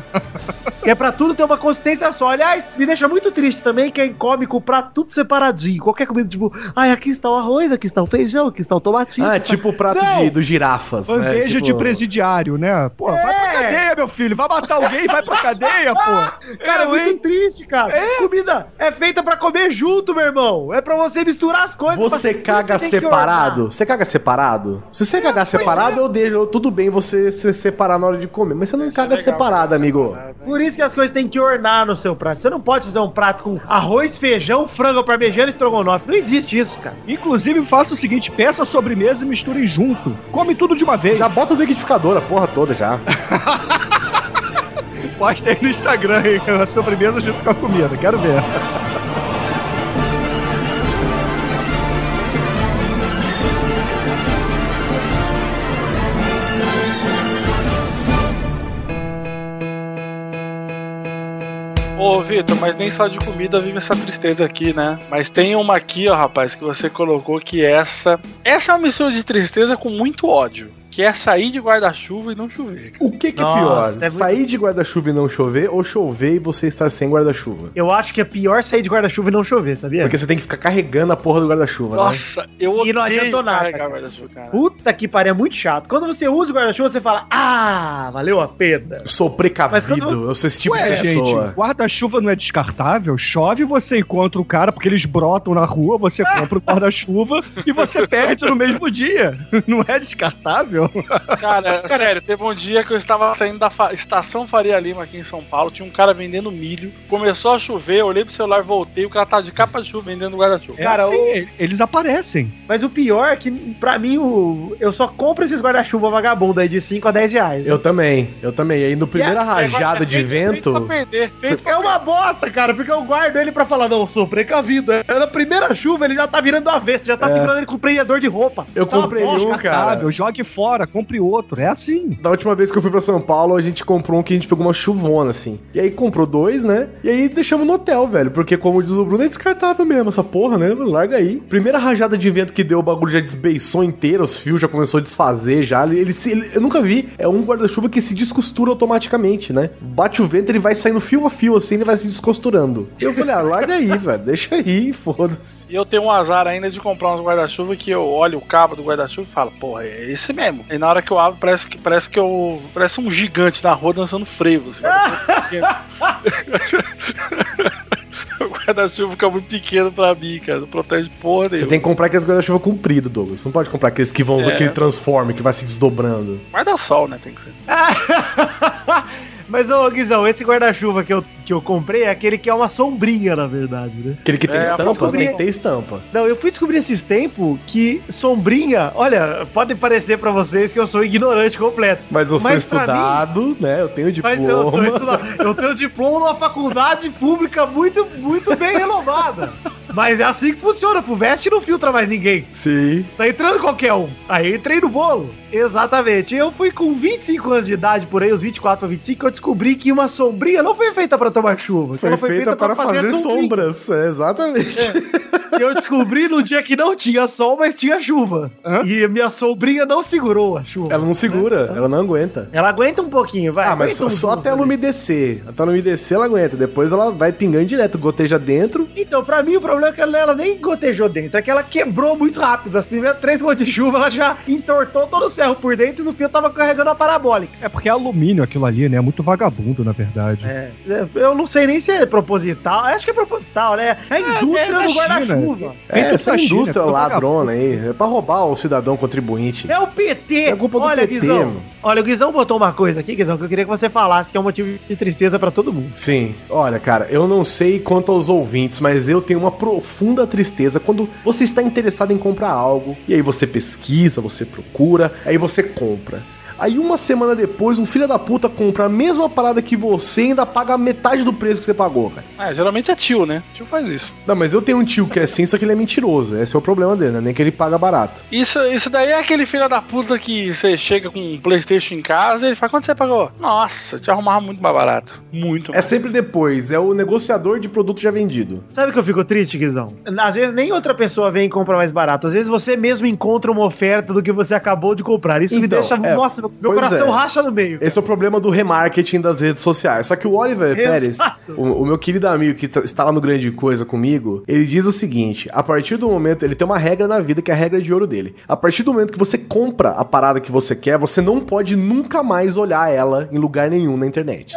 Speaker 2: que é pra tudo ter uma consistência só. Aliás, me deixa muito triste também quem come com o prato tudo separadinho. Qualquer comida, tipo, ai, aqui está o arroz, aqui está o feijão, aqui está o tomatinho.
Speaker 4: Ah, é
Speaker 2: aqui
Speaker 4: tipo o prato
Speaker 5: Não.
Speaker 4: de, dos girafas. né?
Speaker 5: Bandeja
Speaker 4: Tipo-
Speaker 5: de presidiário, né? Pô, vai pra cadeia, meu filho. Vai matar alguém, vai pra cadeia, pô.
Speaker 2: Cara, é muito triste, cara. Comida é feita pra comer junto, meu irmão. É pra você misturar as coisas.
Speaker 4: Você
Speaker 2: mas
Speaker 4: caga
Speaker 2: tem que
Speaker 4: separado? Você caga separado? Se você cagar
Speaker 2: é.
Speaker 4: separado, eu deixo. eu- Tudo bem você se separar na hora de comer, mas você não caga
Speaker 3: é
Speaker 4: separado, amigo.
Speaker 2: ornar. Por isso que as coisas têm que ornar no seu prato. Você não pode fazer um prato com arroz, feijão, frango parmegiana e estrogonofe. Não existe isso, cara.
Speaker 5: Inclusive, faça o seguinte: peça a sobremesa e misturem junto. Come tudo de uma vez.
Speaker 4: Já bota o liquidificador, a porra toda já.
Speaker 5: posta aí no Instagram, hein? A sobremesa junto com a comida. Quero ver.
Speaker 3: Ô, Vitor, mas nem só de comida vive essa tristeza aqui, né? Mas tem uma aqui, ó, rapaz, que você colocou que essa. Essa é uma mistura de tristeza com muito ódio. Que é sair de guarda-chuva e não chover.
Speaker 4: O que, que é pior?
Speaker 2: Nossa, é muito-
Speaker 4: Sair de guarda-chuva e não chover ou chover e você estar sem guarda-chuva?
Speaker 2: Eu acho que é pior sair de guarda-chuva e não chover, sabia?
Speaker 4: Porque você tem que ficar carregando a porra do guarda-chuva, né?
Speaker 3: Nossa, eu odeio
Speaker 2: E não adiantou nada,
Speaker 3: carregar
Speaker 2: cara.
Speaker 3: guarda-chuva, cara.
Speaker 2: Puta que pariu, é muito chato. Quando você usa o guarda-chuva, você fala, ah, valeu a pena.
Speaker 4: Sou
Speaker 2: Mas
Speaker 4: precavido,
Speaker 2: quando-
Speaker 4: eu sou esse tipo de
Speaker 5: Ué, gente,
Speaker 4: pessoa.
Speaker 5: guarda-chuva não é descartável? Chove, você encontra o cara, porque eles brotam na rua, você compra o guarda-chuva e você perde no mesmo dia. Não é descartável?
Speaker 3: Cara, sério, teve um dia que eu estava saindo da fa- estação Faria Lima aqui em São Paulo, tinha um cara vendendo milho, começou a chover, eu olhei pro celular, voltei, o cara tava de capa de chuva vendendo guarda-chuva.
Speaker 2: Cara,
Speaker 5: É assim, e- eles aparecem.
Speaker 2: Mas o pior é que, pra mim, o... eu só compro esses guarda-chuva vagabundo aí de 5 a 10 reais.
Speaker 4: Eu também, eu também. E aí, no primeira
Speaker 3: É,
Speaker 4: rajada
Speaker 3: é
Speaker 4: de
Speaker 3: feito-
Speaker 4: vento.
Speaker 2: tá
Speaker 3: Feito pra perder, feito pra
Speaker 2: É uma bosta, cara, porque eu guardo ele pra falar, não, eu sou precavido. É, Na primeira chuva ele já tá virando avesso, já tá segurando ele com o prendedor de roupa.
Speaker 4: É. Eu
Speaker 2: Tá uma
Speaker 4: comprei
Speaker 2: bosta.
Speaker 4: um, cara.
Speaker 5: Descartável, jogue fora, compre outro. É assim.
Speaker 4: Da última vez que eu fui pra São Paulo, a gente comprou um que a gente pegou uma chuvona, assim. E aí comprou dois, né? E aí deixamos no hotel, velho. Porque, como diz o Bruno, é descartável mesmo essa porra, né? Larga aí. Primeira rajada de vento que deu, o bagulho já desbeiçou inteiro, os fios já começou a desfazer já. Ele, ele se- ele- eu nunca vi. É um guarda-chuva que se descostura automaticamente, né? Bate o vento, ele vai saindo fio a fio, assim, ele vai se descosturando. Eu falei, ah, larga aí, velho. Deixa aí, foda-se.
Speaker 3: E eu tenho um azar ainda de comprar uns guarda-chuva que eu olho o cabo do guarda-chuva e falo, porra, é esse mesmo. E na hora que eu abro, parece que, parece que eu. Parece um gigante na rua dançando frevo. assim, o guarda-chuva fica muito pequeno pra mim, cara. Não protege porra
Speaker 4: Você
Speaker 3: nenhuma.
Speaker 4: tem que comprar aqueles guarda-chuva comprido, Douglas. Você não pode comprar aqueles que vão,
Speaker 3: É.
Speaker 4: aquele transforme que vai se desdobrando.
Speaker 3: Guarda-sol, né? Tem que ser.
Speaker 2: Mas, ô Guizão, esse guarda-chuva que eu, que eu comprei é aquele que é uma sombrinha, na verdade, né?
Speaker 4: Aquele que tem
Speaker 3: É,
Speaker 4: estampa,
Speaker 3: eu
Speaker 4: estampa, tem
Speaker 2: descobri-
Speaker 4: que ter estampa.
Speaker 2: Não, eu fui descobrir esses tempos que sombrinha, olha, pode parecer pra vocês que eu sou ignorante completo.
Speaker 4: Mas eu sou
Speaker 2: Mas pra
Speaker 4: estudado, né? Eu tenho diploma.
Speaker 2: Mas eu sou estudado. Eu tenho diploma numa faculdade pública muito, muito bem renovada. Mas é assim que funciona. A FUVEST não filtra mais ninguém.
Speaker 4: Sim.
Speaker 2: Tá entrando qualquer um. Aí entrei no bolo. Exatamente. Eu fui com 25 anos de idade, por aí, os 24 pra 25, eu descobri que uma sombrinha não foi feita pra tomar chuva. que
Speaker 4: Foi,
Speaker 2: ela
Speaker 4: feita, para fazer,
Speaker 2: sombrinha.
Speaker 4: sombras. É, exatamente.
Speaker 2: E eu descobri no dia que não tinha sol, mas tinha chuva.
Speaker 5: Hã?
Speaker 2: E minha sombrinha não segurou a chuva.
Speaker 4: Ela não segura, ela não aguenta.
Speaker 2: Ela aguenta um pouquinho, vai.
Speaker 4: Ah, mas só,
Speaker 2: aguenta
Speaker 4: só
Speaker 2: uns
Speaker 4: até
Speaker 2: ali.
Speaker 4: ela umedecer. Até ela umedecer, ela aguenta. Depois ela vai pingando direto, goteja dentro.
Speaker 2: Então, pra mim, o problema é que ela ela nem gotejou dentro, é que ela quebrou muito rápido. As primeiras três gotas de chuva, ela já entortou todos os ferros por dentro e no fim eu tava carregando a parabólica.
Speaker 5: É porque é alumínio aquilo ali, né? É muito vagabundo, na verdade.
Speaker 2: É, eu não sei nem se é proposital. Acho que é proposital, né? É a indústria
Speaker 5: da
Speaker 2: do
Speaker 5: China,
Speaker 2: uva.
Speaker 4: É,
Speaker 5: Vem
Speaker 4: essa
Speaker 5: pra China,
Speaker 4: indústria
Speaker 5: fica
Speaker 4: ladrona aí. É pra roubar o cidadão contribuinte.
Speaker 2: É o PT!
Speaker 4: é culpa do
Speaker 2: Olha,
Speaker 4: PT,
Speaker 2: Guizão.
Speaker 4: mano.
Speaker 2: Olha, o Guizão botou uma coisa aqui, Guizão, que eu queria que você falasse, que é um motivo de tristeza pra todo mundo.
Speaker 4: Sim, olha, cara, eu não sei quanto aos ouvintes, mas eu tenho uma profunda tristeza quando você está interessado em comprar algo, e aí você pesquisa, você procura, aí você compra. Aí uma semana depois, um filho da puta compra a mesma parada que você e ainda paga metade do preço que você pagou, cara.
Speaker 3: Ah, geralmente é tio, né? Tio faz isso.
Speaker 4: Não, mas eu tenho um tio que é assim, só que ele é mentiroso. Esse é o problema dele, né? Nem que ele paga barato.
Speaker 3: Isso, isso daí é aquele filho da puta que você chega com um Playstation em casa e ele fala, quanto você pagou? Nossa, te arrumava muito mais barato. Muito.
Speaker 4: É sempre depois, é o negociador de produto já vendido.
Speaker 2: Sabe o que eu fico triste, Guizão? Às vezes nem outra pessoa vem e compra mais barato. Às vezes você mesmo encontra uma oferta do que você acabou de comprar. Isso me
Speaker 4: Então,
Speaker 2: deixa.
Speaker 4: é,
Speaker 2: nossa, meu
Speaker 4: pois
Speaker 2: coração
Speaker 4: é.
Speaker 2: racha no meio.
Speaker 4: Esse é o problema do remarketing das redes sociais. Só que o Oliver
Speaker 2: Exato.
Speaker 4: Pérez, o, o meu querido amigo que tá- está lá no Grande Coisa comigo, ele diz o seguinte: a partir do momento. Ele tem uma regra na vida que é a regra de ouro dele. A partir do momento que você compra a parada que você quer, você não pode nunca mais olhar ela em lugar nenhum na internet.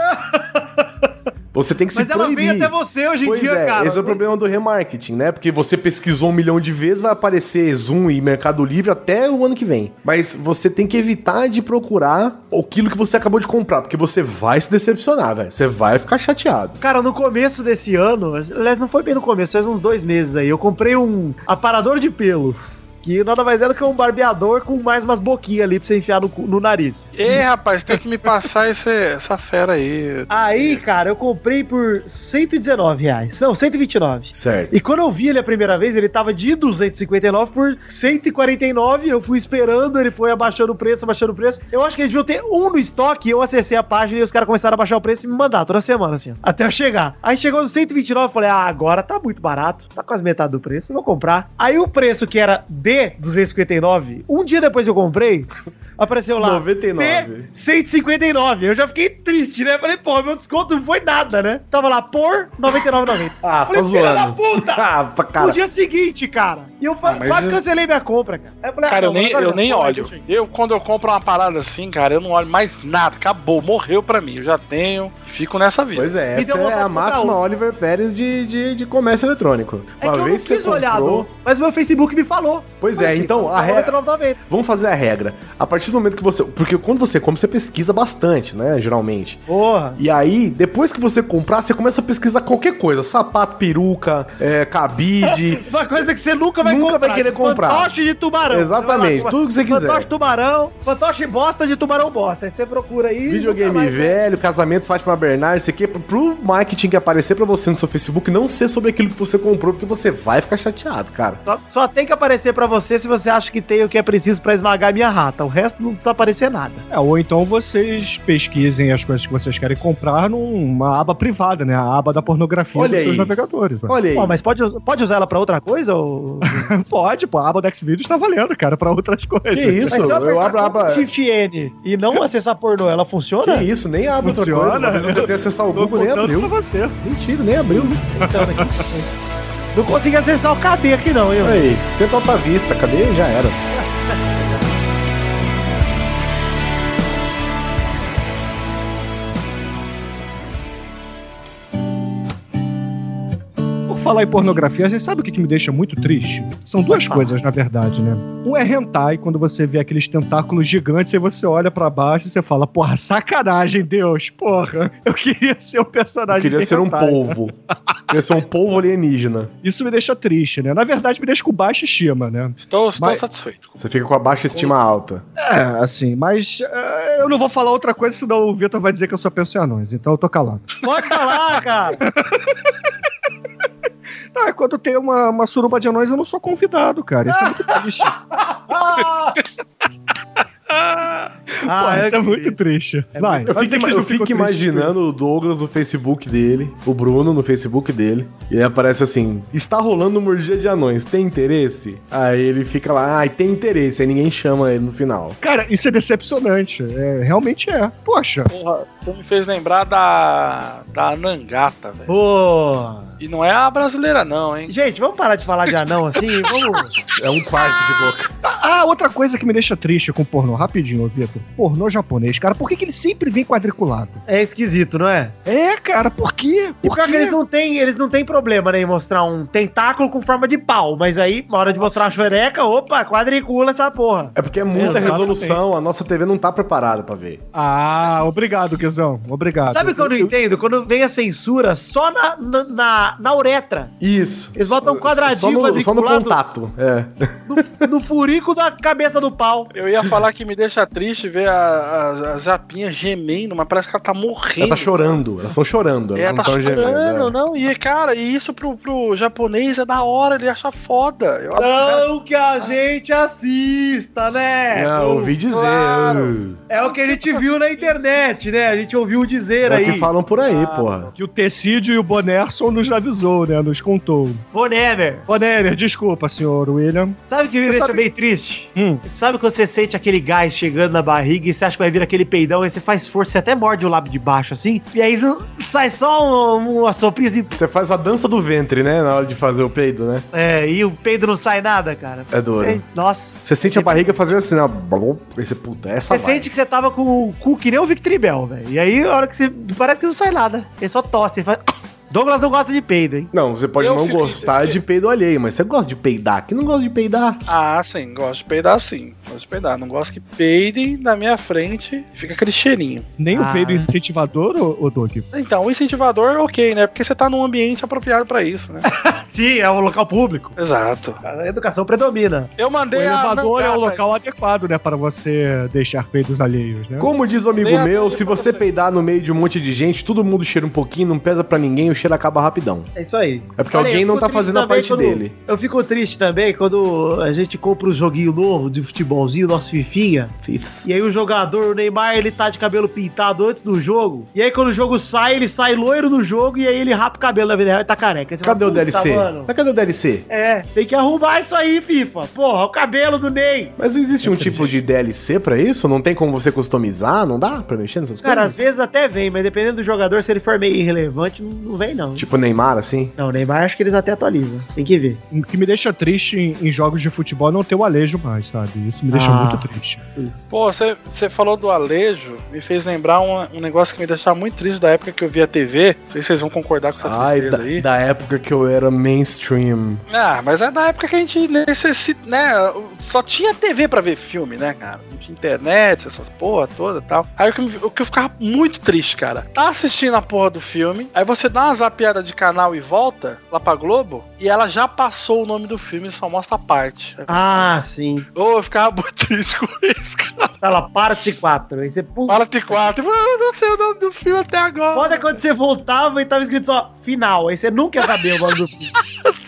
Speaker 4: Você tem que se
Speaker 2: Mas ela
Speaker 4: proibir.
Speaker 2: veio até você hoje em
Speaker 4: Pois
Speaker 2: dia,
Speaker 4: é,
Speaker 2: cara.
Speaker 4: esse é o problema do remarketing, né? Porque você pesquisou um milhão de vezes, vai aparecer Zoom e Mercado Livre até o ano que vem. Mas você tem que evitar de procurar aquilo que você acabou de comprar, porque você vai se decepcionar, velho. Você vai ficar chateado.
Speaker 2: Cara, no começo desse ano, aliás, não foi bem no começo, faz uns dois meses aí, eu comprei um aparador de pelos. Que nada mais é do que um barbeador com mais umas boquinhas ali pra você enfiar no, cu- no nariz.
Speaker 3: Ei, rapaz, tem que me passar esse, essa fera aí.
Speaker 2: Aí, cara, eu comprei por 119 reais. Não, 129.
Speaker 4: Certo.
Speaker 2: E quando eu vi ele a primeira vez, ele tava de 259 por 149. Eu fui esperando, ele foi abaixando o preço, abaixando o preço. Eu acho que eles deviam ter um no estoque. Eu acessei a página e os caras começaram a baixar o preço e me mandar toda semana, assim, ó, até eu chegar. Aí chegou no 129, eu falei, ah, agora tá muito barato, tá quase metade do preço, eu vou comprar. Aí o preço que era de 259, um dia depois que eu comprei, apareceu lá.
Speaker 4: 99.
Speaker 2: P 159. Eu já fiquei triste, né? Falei, pô, meu desconto não foi nada, né? Tava lá por 99,90.
Speaker 4: Ah, você tá
Speaker 2: Falei, filha da
Speaker 4: zoando.
Speaker 2: puta!
Speaker 4: ah, pra
Speaker 2: No
Speaker 4: cara.
Speaker 2: dia seguinte, cara. E eu fa-
Speaker 3: Ah, mas
Speaker 2: quase
Speaker 3: eu-
Speaker 2: cancelei minha compra, cara. Aí falei, ah,
Speaker 3: Cara, eu
Speaker 2: não,
Speaker 3: nem,
Speaker 2: agora
Speaker 3: eu
Speaker 2: já
Speaker 3: nem
Speaker 2: foi,
Speaker 3: olho.
Speaker 2: deixa aí.
Speaker 3: Eu, quando eu compro uma parada assim, cara, eu não olho mais nada. Acabou, morreu pra mim. Eu já tenho, fico nessa vida.
Speaker 4: Pois é,
Speaker 2: Me
Speaker 4: essa
Speaker 2: deu vontade
Speaker 4: é
Speaker 2: de
Speaker 4: a
Speaker 2: comprar
Speaker 4: máxima
Speaker 2: um.
Speaker 4: Oliver Pérez de, de, de comércio eletrônico.
Speaker 2: É que eu não quis olhar, não. tá Mas meu Facebook me falou.
Speaker 4: Pois é, então, a
Speaker 2: a
Speaker 4: regra.
Speaker 2: regra...
Speaker 4: Vamos fazer a regra. A partir do momento que você. Porque quando você compra, você pesquisa bastante, né? Geralmente.
Speaker 2: Porra.
Speaker 4: E aí, depois que você comprar, você começa a pesquisar qualquer coisa: sapato, peruca, é, cabide.
Speaker 2: Uma coisa que você nunca vai tipo,
Speaker 4: Nunca vai querer comprar.
Speaker 2: Fantoche de tubarão.
Speaker 4: Exatamente,
Speaker 2: Você vai lá,
Speaker 4: tudo que você quiser.
Speaker 2: Fantoche de tubarão, fantoche bosta de tubarão bosta. Aí você procura aí. nunca
Speaker 4: Videogame
Speaker 5: né?
Speaker 2: mais-
Speaker 4: velho, casamento Fátima Bernardes, isso aqui, pro- pro marketing que aparecer pra você no seu Facebook não ser sobre aquilo que você comprou, porque você vai ficar chateado, cara.
Speaker 2: Só, só tem que aparecer pra você se você acha que tem o que é preciso pra esmagar minha rata. O resto não precisa aparecer nada.
Speaker 5: É, ou então vocês pesquisem as coisas que vocês querem comprar numa aba privada, né? A aba da pornografia
Speaker 4: Olha
Speaker 5: dos seus
Speaker 4: aí.
Speaker 5: navegadores. né?
Speaker 4: Olha aí.
Speaker 2: Pô, mas pode, us- pode usar ela pra outra coisa? Ou...
Speaker 5: Pode, pô, a aba do Xvideos tá valendo, cara, pra outras coisas.
Speaker 4: que isso?
Speaker 2: Mas se eu
Speaker 4: Eu abro a
Speaker 2: apertar
Speaker 4: aba.
Speaker 2: Ctrl Shift N e não acessar pornô, ela
Speaker 4: Que
Speaker 2: funciona?
Speaker 4: isso? Nem abre outra
Speaker 5: Funciona?
Speaker 4: coisa. Uma vez eu tentei acessar o
Speaker 5: Tô
Speaker 4: Google, nem
Speaker 5: contando pra
Speaker 4: abriu.
Speaker 5: você.
Speaker 4: Mentira, nem abriu.
Speaker 2: Então, Não consegui acessar o KD aqui não, hein?
Speaker 4: Olha Aí, tenta alta vista, cadê? Já era.
Speaker 5: Por falar em pornografia, a gente sabe o que, que me deixa muito triste? São duas coisas, na verdade, né? Um é hentai, quando você vê aqueles tentáculos gigantes e você olha pra baixo e você fala, porra, sacanagem, Deus, porra. Eu queria ser um
Speaker 4: Eu
Speaker 5: personagem
Speaker 4: queria
Speaker 5: de
Speaker 4: ser um
Speaker 5: hentai.
Speaker 4: polvo. Eu queria ser um polvo alienígena.
Speaker 5: Isso me deixa triste, né? Na verdade, me deixa com baixa estima, né?
Speaker 3: Estou, estou
Speaker 5: Mas-
Speaker 3: satisfeito.
Speaker 4: Você fica com a baixa estima alta.
Speaker 5: É, assim, mas é, eu não vou falar outra coisa, senão o Vitor vai dizer que eu só penso em anões, então eu tô calado.
Speaker 2: Pode falar, cara.
Speaker 5: Ah, quando tem uma, uma suruba de anões, eu não sou convidado, cara. Isso é muito triste.
Speaker 2: Ah,
Speaker 5: Pô, isso é
Speaker 2: eu-
Speaker 5: muito triste.
Speaker 2: É
Speaker 5: Vai.
Speaker 4: Eu
Speaker 5: vai
Speaker 4: fico,
Speaker 5: dizer que vocês
Speaker 4: ima- eu
Speaker 5: não
Speaker 4: fico
Speaker 5: ficam tristes com isso.
Speaker 4: imaginando o Douglas no Facebook dele, o Bruno no Facebook dele, e ele aparece assim: está rolando mordia de anões, tem interesse? Aí ele fica lá, ai, tem interesse, aí ninguém chama ele no final.
Speaker 5: Cara, isso é decepcionante. É, realmente é. Poxa.
Speaker 3: Porra, você me fez lembrar da. da Nangata, velho.
Speaker 2: Boa.
Speaker 3: E não é a brasileira, não, hein?
Speaker 2: Gente, vamos parar de falar de anão assim? e Vamos.
Speaker 4: É um quarto de boca.
Speaker 5: Ah, outra coisa que me deixa triste com pornô, rapidinho, ô Vitor. Pornô japonês, cara, por que, que ele sempre vem quadriculado?
Speaker 2: É esquisito, não é?
Speaker 5: É, cara, por
Speaker 2: E
Speaker 5: quê? Por
Speaker 2: pior é que eles não têm, eles não têm problema né, em mostrar um tentáculo com forma de pau, mas aí, na hora de mostrar a xereca, opa, quadricula essa porra.
Speaker 4: É porque é muita
Speaker 5: Exatamente.
Speaker 4: resolução, a nossa TV não tá preparada pra ver.
Speaker 5: Ah, obrigado, Guizão. Obrigado.
Speaker 2: Sabe o que eu não entendo? Quando vem a censura só na, na, na, na uretra,
Speaker 4: Isso.
Speaker 2: Eles botam um
Speaker 4: só
Speaker 2: quadradinho
Speaker 4: no, só no
Speaker 2: quadriculado.
Speaker 4: contato. É.
Speaker 2: no, no furico da cabeça do pau.
Speaker 3: Eu ia falar que me deixa triste ver a, a, a Japinha gemendo, mas parece que ela tá morrendo.
Speaker 4: Ela tá chorando, elas estão chorando.
Speaker 3: É,
Speaker 4: Elas não
Speaker 3: tá
Speaker 4: estão gemendo.
Speaker 3: chorando,
Speaker 4: é.
Speaker 3: não. E, cara, e isso pro, pro japonês é da hora, ele acha foda. Eu-
Speaker 2: Não que a gente assista, né?
Speaker 4: Não, ouvi dizer.
Speaker 3: claro.
Speaker 2: É o que a gente viu na internet, né? A gente ouviu dizer
Speaker 4: É o
Speaker 2: aí.
Speaker 4: que falam por aí, porra.
Speaker 5: Que o Tecídio e o Bonerson nos avisou, né? Nos contou.
Speaker 2: Bonever,
Speaker 5: Bonerer, desculpa, senhor William.
Speaker 2: sabe o que me
Speaker 5: Você
Speaker 2: deixa
Speaker 5: sabe-
Speaker 2: bem triste?
Speaker 5: Hum.
Speaker 2: Sabe quando você sente aquele gás chegando na barriga e você acha que vai vir aquele peidão, aí você faz força, você até morde o lábio de baixo assim, e aí sai só um- uma soprinha e,
Speaker 4: Você faz a dança do ventre, né? Na hora de fazer o peido, né?
Speaker 2: é, e o peido não sai nada, cara.
Speaker 4: É duro.
Speaker 2: É, Nossa.
Speaker 4: Você sente a barriga fazendo assim, né? Blum, Esse puta, é essa
Speaker 2: Você
Speaker 4: vai.
Speaker 2: sente que você tava com o cu que nem o Victribel, velho. E aí, a hora que você. Parece que não sai nada. Ele só tosse. Ele faz... Douglas não gosta de peido, hein?
Speaker 4: Não, você pode
Speaker 3: Eu
Speaker 4: não
Speaker 3: fico-
Speaker 4: gostar de peido alheio, mas você gosta de peidar. Quem não gosta de peidar?
Speaker 3: Ah, sim, gosto de peidar sim. Gosto de peidar. Não gosto que peidem na minha frente e fica aquele cheirinho.
Speaker 5: Nem
Speaker 2: Ah.
Speaker 5: o peido incentivador, ô, ô Doug?
Speaker 3: Então, o incentivador é ok, né? Porque você tá num ambiente apropriado pra isso, né?
Speaker 2: Sim, é um local público.
Speaker 3: Exato.
Speaker 2: A educação predomina.
Speaker 3: Eu mandei
Speaker 5: O elevador
Speaker 3: a.
Speaker 5: é o
Speaker 3: não, gata,
Speaker 5: local adequado, né? Para você deixar peidos alheios,
Speaker 3: É.
Speaker 5: né?
Speaker 4: Como diz o amigo
Speaker 3: Tem a-
Speaker 4: meu, se você peidar no meio de um monte de gente, todo mundo cheira um pouquinho, não pesa pra ninguém, o cheiro acaba rapidão.
Speaker 2: É isso aí.
Speaker 4: É porque
Speaker 2: Olha,
Speaker 4: alguém
Speaker 2: eu
Speaker 4: não
Speaker 2: fico
Speaker 4: tá fazendo a
Speaker 2: triste
Speaker 4: parte
Speaker 2: também
Speaker 4: dele.
Speaker 2: Eu fico triste também quando a gente compra um joguinho novo de futebolzinho, nosso Fifinha,
Speaker 4: Fifs.
Speaker 2: e aí o jogador, o Neymar, ele tá de cabelo pintado antes do jogo, e aí quando o jogo sai, ele sai loiro do jogo, e aí ele rapa o cabelo na vida real e tá careca. Aí você
Speaker 4: Cadê o
Speaker 2: fala, "Puta,
Speaker 4: DLC?
Speaker 2: mano."
Speaker 4: Mas cadê o DLC?
Speaker 2: É, tem que arrumar isso aí, FIFA. Porra, o cabelo do Ney.
Speaker 4: Mas não existe um tipo de DLC pra isso? Não tem como você customizar? Não dá pra mexer nessas
Speaker 2: Cara, às
Speaker 4: coisas?
Speaker 2: vezes até vem, mas dependendo do jogador, se ele for meio irrelevante, não- não vem não.
Speaker 4: Tipo Neymar, assim?
Speaker 2: Não, o Neymar acho que eles até atualizam. Tem que ver.
Speaker 5: O que me deixa triste em, em jogos de futebol é não ter o Alejo mais, sabe? Isso me deixa
Speaker 2: Ah.
Speaker 5: muito triste.
Speaker 3: Pô, você você falou do Alejo, me fez lembrar um, um negócio que me deixava muito triste da época que eu via TV. Não sei se vocês vão concordar com essa
Speaker 4: Ai,
Speaker 3: tristeza
Speaker 4: da,
Speaker 3: aí.
Speaker 4: da época que eu era mainstream.
Speaker 3: Ah, mas é da época que a gente necessita, né? Só tinha TV pra ver filme, né, cara? Não tinha internet, essas porra toda e tal. Aí o que, me- o que eu ficava muito triste, cara. Tá assistindo a porra do filme, aí você dá uma zapiada de canal e volta lá pra Globo, e ela já passou o nome do filme e só mostra a parte.
Speaker 2: Ah, sim.
Speaker 3: Ô, eu ficava muito triste com isso, cara.
Speaker 2: Tá lá, parte 4. Aí você pula.
Speaker 3: Fala T4, eu "Ah, não sei o nome do filme até
Speaker 4: Ah.
Speaker 3: agora.
Speaker 2: Foda é quando você voltava e tava escrito só final. Aí você nunca ia saber o nome do filme.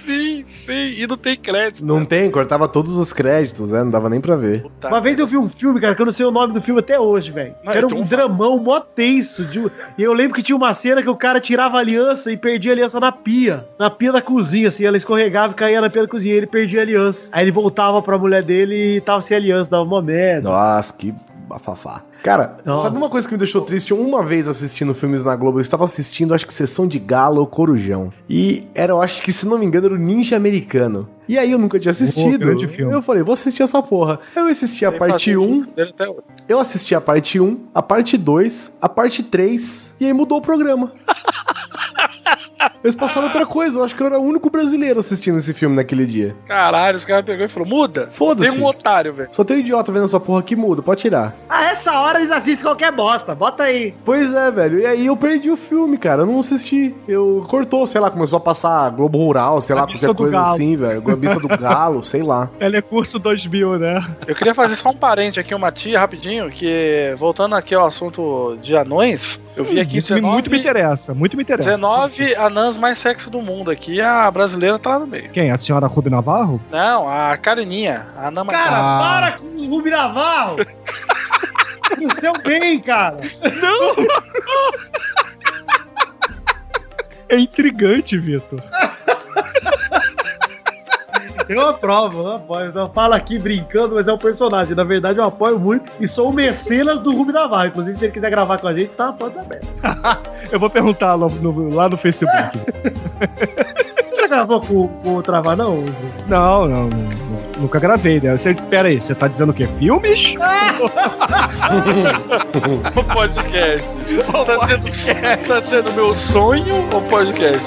Speaker 3: Sim, sim, e não tem crédito.
Speaker 4: Não tem, cortava todos os créditos, né? Não dava nem pra ver.
Speaker 3: Puta.
Speaker 2: Uma vez eu vi um filme, cara, que eu não sei o nome do filme até hoje, velho.
Speaker 3: Não,
Speaker 2: Era
Speaker 3: eu tô-
Speaker 2: um dramão mó tenso. de um- E eu lembro que tinha uma cena que o cara tirava a aliança e perdia a aliança na pia. Na pia da cozinha, assim. Ela escorregava e caía na pia da cozinha. E ele perdia a aliança. Aí ele voltava pra mulher dele e tava sem aliança, dava uma merda.
Speaker 4: Nossa, que bafafá. Cara,
Speaker 2: Nossa.
Speaker 4: sabe uma coisa que me deixou triste? Uma vez assistindo filmes na Globo, eu estava assistindo, acho que Sessão de Gala ou Corujão. E era, eu acho que, se não me engano, era o Ninja Americano. E aí eu nunca tinha assistido.
Speaker 5: grande filme.
Speaker 4: eu falei, vou assistir essa porra. Eu assisti a
Speaker 3: Tem
Speaker 4: parte
Speaker 3: fazer
Speaker 4: 1,
Speaker 3: filme dele até hoje.
Speaker 4: eu assisti a parte 1, a parte 2, a parte 3, e aí mudou o programa. Eles passaram outra coisa, eu acho que eu era o único brasileiro assistindo esse filme naquele dia.
Speaker 3: Caralho, os caras pegou e falou: muda.
Speaker 4: Foda-se.
Speaker 3: Tem um otário, velho.
Speaker 4: Só tem um idiota vendo essa porra aqui, muda, pode tirar.
Speaker 2: A Ah, essa hora eles assistem qualquer bosta. Bota aí.
Speaker 4: Pois é, velho. E aí eu perdi o filme, cara. Eu não assisti. Eu cortou, sei lá, começou a passar Globo Rural, sei lá,
Speaker 5: Cobiça
Speaker 4: qualquer
Speaker 5: do
Speaker 4: coisa
Speaker 5: Galo.
Speaker 4: assim, velho. Globista do Galo, sei lá.
Speaker 5: Telecurso 2000, né?
Speaker 3: Eu queria fazer só um parente aqui, uma tia, rapidinho, que voltando aqui ao assunto de anões, eu vi aqui
Speaker 5: Isso me-
Speaker 3: 19,
Speaker 5: muito me interessa, muito me interessa.
Speaker 3: 19 anãs mais sexy do mundo aqui, a brasileira tá lá no meio.
Speaker 5: Quem? A senhora Ruby Navarro?
Speaker 3: Não, a Karininha, a anã mais
Speaker 2: Cara,
Speaker 5: Ah.
Speaker 2: para com o Rubi Navarro! No seu bem, cara!
Speaker 5: É intrigante, Vitor.
Speaker 2: Eu aprovo, eu apoio. Eu falo aqui brincando, mas é um personagem. Na verdade, eu apoio muito e sou o mecenas do Rubi Navarro. Inclusive, se ele quiser gravar com a gente, tá a porta aberta.
Speaker 5: Eu vou perguntar lá no, lá no Facebook.
Speaker 2: Você já gravou com, com o Travar, não?
Speaker 5: Não, não, não, nunca gravei, né? Você, pera aí, você tá dizendo o quê? Filmes?
Speaker 3: Ou podcast? tá, sendo, tá sendo meu sonho ou podcast?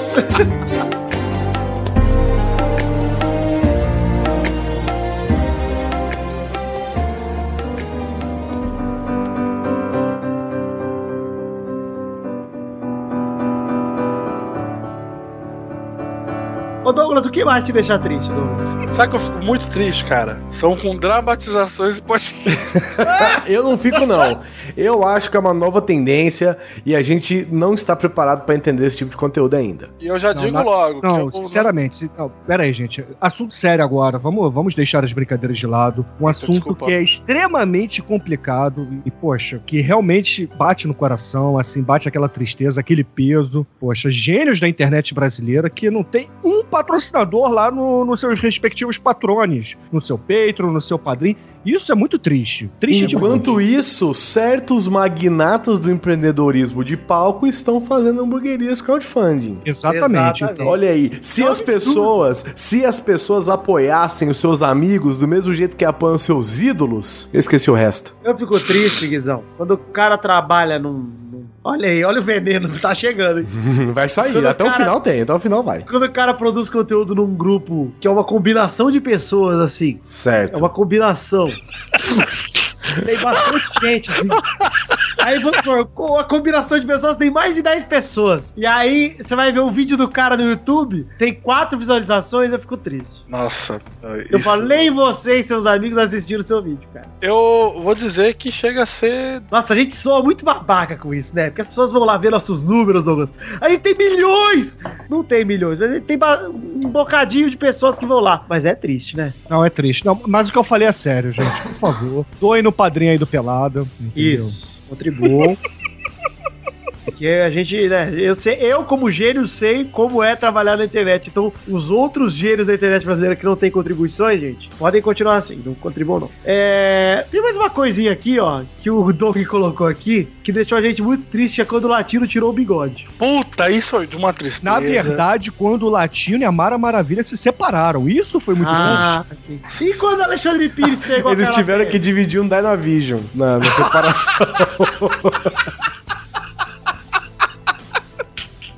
Speaker 2: Ô Douglas, o que mais te deixa triste, Douglas?
Speaker 3: Sabe que eu fico muito triste, cara? São com dramatizações e podcast.
Speaker 4: Eu não fico, não. Eu acho que é uma nova tendência e a gente não está preparado pra entender esse tipo de conteúdo ainda.
Speaker 3: E eu já
Speaker 5: Não,
Speaker 3: digo
Speaker 5: na-
Speaker 3: logo.
Speaker 5: Não,
Speaker 3: que eu-
Speaker 5: sinceramente, se- não, pera aí, gente. Assunto sério agora. Vamos, vamos deixar as brincadeiras de lado. Um assunto
Speaker 3: Desculpa.
Speaker 5: que é extremamente complicado e, poxa, que realmente bate no coração, assim, bate aquela tristeza, aquele peso. Poxa, gênios da internet brasileira que não tem um patrocinador lá no- nos seus respectivos patrones, no seu Patreon, no seu padrinho. Isso é muito triste. Triste de
Speaker 4: Enquanto isso, certos magnatas do empreendedorismo de palco estão fazendo hamburguerias crowdfunding.
Speaker 5: Exatamente.
Speaker 2: Exatamente.
Speaker 5: Então,
Speaker 4: Olha aí, se
Speaker 5: É um
Speaker 4: as pessoas, se as pessoas apoiassem os seus amigos do mesmo jeito que apoiam os seus ídolos, eu esqueci o resto.
Speaker 2: Eu fico triste, Guizão. Quando o cara trabalha num. num- Olha aí, olha o veneno, tá chegando. hein?
Speaker 4: Vai sair,
Speaker 2: Quando o
Speaker 4: até o
Speaker 2: cara-
Speaker 4: final tem, até o final vai.
Speaker 2: Quando o cara produz conteúdo num grupo que é uma combinação de pessoas, assim. É
Speaker 4: Certo.
Speaker 2: uma combinação. tem bastante gente, assim. Aí vamos supor, com a combinação de pessoas tem mais de 10 pessoas. E aí você vai ver um vídeo do cara no YouTube, tem quatro visualizações, eu fico triste.
Speaker 3: Nossa.
Speaker 2: Eu
Speaker 3: isso-
Speaker 2: falei vocês, seus amigos, assistiram o seu vídeo, cara.
Speaker 3: Eu vou dizer que chega a ser.
Speaker 2: Nossa, a gente soa muito babaca com isso, né? Porque as pessoas vão lá ver nossos números, Douglas. A gente tem milhões! Não tem milhões, mas a gente tem ba- um bocadinho de pessoas que vão lá. Mas é triste, né?
Speaker 5: Não, é triste. Não, mas o que eu falei é sério, gente. Por favor, doem no padrinho aí do Pelada. entendeu?
Speaker 2: Contribuam. Porque a gente, né? Eu, sei, eu, como gênio, sei como é trabalhar na internet. Então, os outros gênios da internet brasileira que não têm contribuições, gente, podem continuar assim, não contribuam, não. É, tem mais uma coisinha aqui, ó, que o Doug colocou aqui, que deixou a gente muito triste, é quando o latino tirou o bigode.
Speaker 3: Puta, isso é de uma tristeza.
Speaker 5: Na verdade, quando o Latino e a Mara Maravilha se separaram. Isso foi muito
Speaker 2: ah, E quando o Alexandre Pires pegou
Speaker 4: Eles
Speaker 2: aquela
Speaker 4: tiveram que
Speaker 2: mulher?
Speaker 4: dividir um Dynavision na, na separação.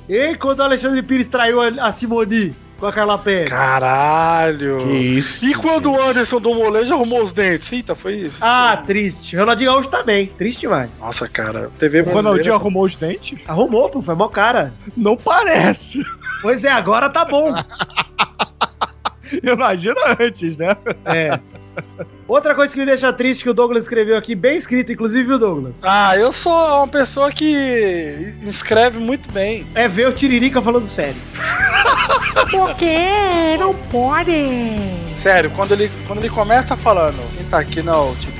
Speaker 2: E quando o Alexandre Pires traiu a, a Simoni com a Carla Pérez?
Speaker 3: Caralho.
Speaker 4: isso.
Speaker 3: E quando o Anderson do molejo arrumou os dentes? Eita, foi isso.
Speaker 2: Ah, triste. Ronaldinho Gaúcho também. Triste demais.
Speaker 3: Nossa, cara. TV
Speaker 5: bom. O Ronaldinho
Speaker 3: brasileira. é
Speaker 5: arrumou os dentes?
Speaker 2: Arrumou, pô, foi mó cara.
Speaker 5: Não parece.
Speaker 2: Pois é, agora tá bom.
Speaker 5: Imagina antes, né?
Speaker 2: É. Outra coisa que me deixa triste é que o Douglas escreveu aqui, bem escrito, inclusive, viu, Douglas?
Speaker 3: Ah, eu sou uma pessoa que escreve muito bem.
Speaker 2: É ver o Tiririca falando sério.
Speaker 7: Porque não pode.
Speaker 3: Sério, quando ele, quando ele começa falando, quem tá aqui não, tipo,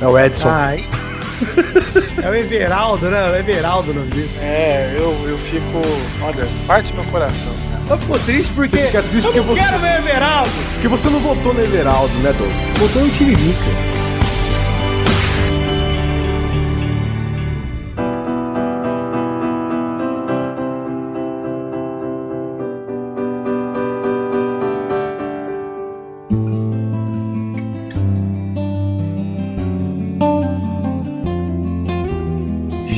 Speaker 4: É o Edson.
Speaker 2: Ai. É o Everaldo, né? É o Everaldo o nome dele.
Speaker 3: é, eu, eu fico. Olha, parte meu coração.
Speaker 2: Eu fico triste porque.
Speaker 4: Você fica triste
Speaker 2: eu não
Speaker 4: porque você-
Speaker 2: quero ver o Everaldo!
Speaker 4: Porque você não votou no Everaldo, né, Douglas? Você Votou no Tiririca.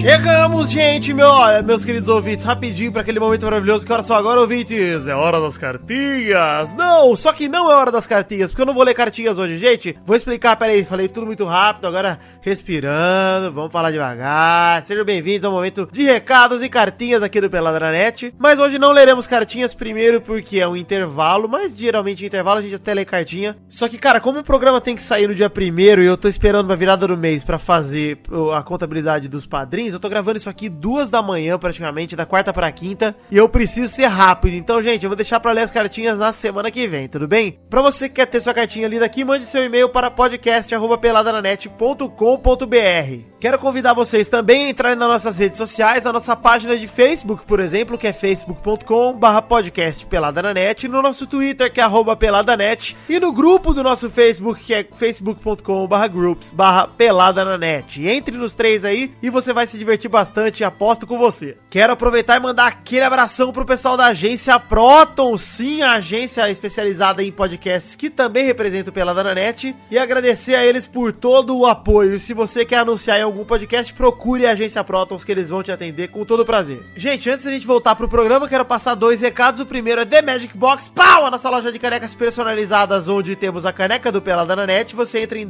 Speaker 2: Chegamos, gente, meu, olha, meus queridos ouvintes, rapidinho para aquele momento maravilhoso. Que hora só agora, ouvintes? É hora das cartinhas! Não, só que não é hora das cartinhas, porque eu não vou ler cartinhas hoje, gente. Vou explicar, peraí, falei tudo muito rápido, agora respirando, vamos falar devagar. Sejam bem-vindos ao momento de recados e cartinhas aqui do Peladranet. Mas hoje não leremos cartinhas primeiro porque é um intervalo, mas geralmente em intervalo a gente até lê cartinha. Só que, cara, como o programa tem que sair no dia primeiro e eu tô esperando uma virada do mês pra fazer uh, a contabilidade dos padrinhos, eu tô gravando isso aqui duas da manhã praticamente, da quarta pra quinta, e eu preciso ser rápido. Então, gente, eu vou deixar pra ler as cartinhas na semana que vem, tudo bem? Pra você que quer ter sua cartinha lida aqui, mande seu e-mail para podcast@peladananet.com.br. Quero convidar vocês também a entrarem nas nossas redes sociais, na nossa página de Facebook, por exemplo, que é facebook.com podcast peladananet, no nosso Twitter, que é arroba peladanet, e no grupo do nosso Facebook, que é facebook.com groups pelada na net. Entre nos três aí e você vai se divertir bastante, aposto com você. Quero aproveitar e mandar aquele abração pro pessoal da agência Proton, sim, a agência especializada em podcasts que também representa o Pelada na Net, e agradecer a eles por todo o apoio. E se você quer anunciar em algum podcast, procure a agência Protons que eles vão te atender com todo prazer. Gente, antes da gente voltar pro programa, quero passar dois recados. O primeiro é The Magic Box, pau, a nossa loja de canecas personalizadas, onde temos a caneca do Pelada na Net. Você entra em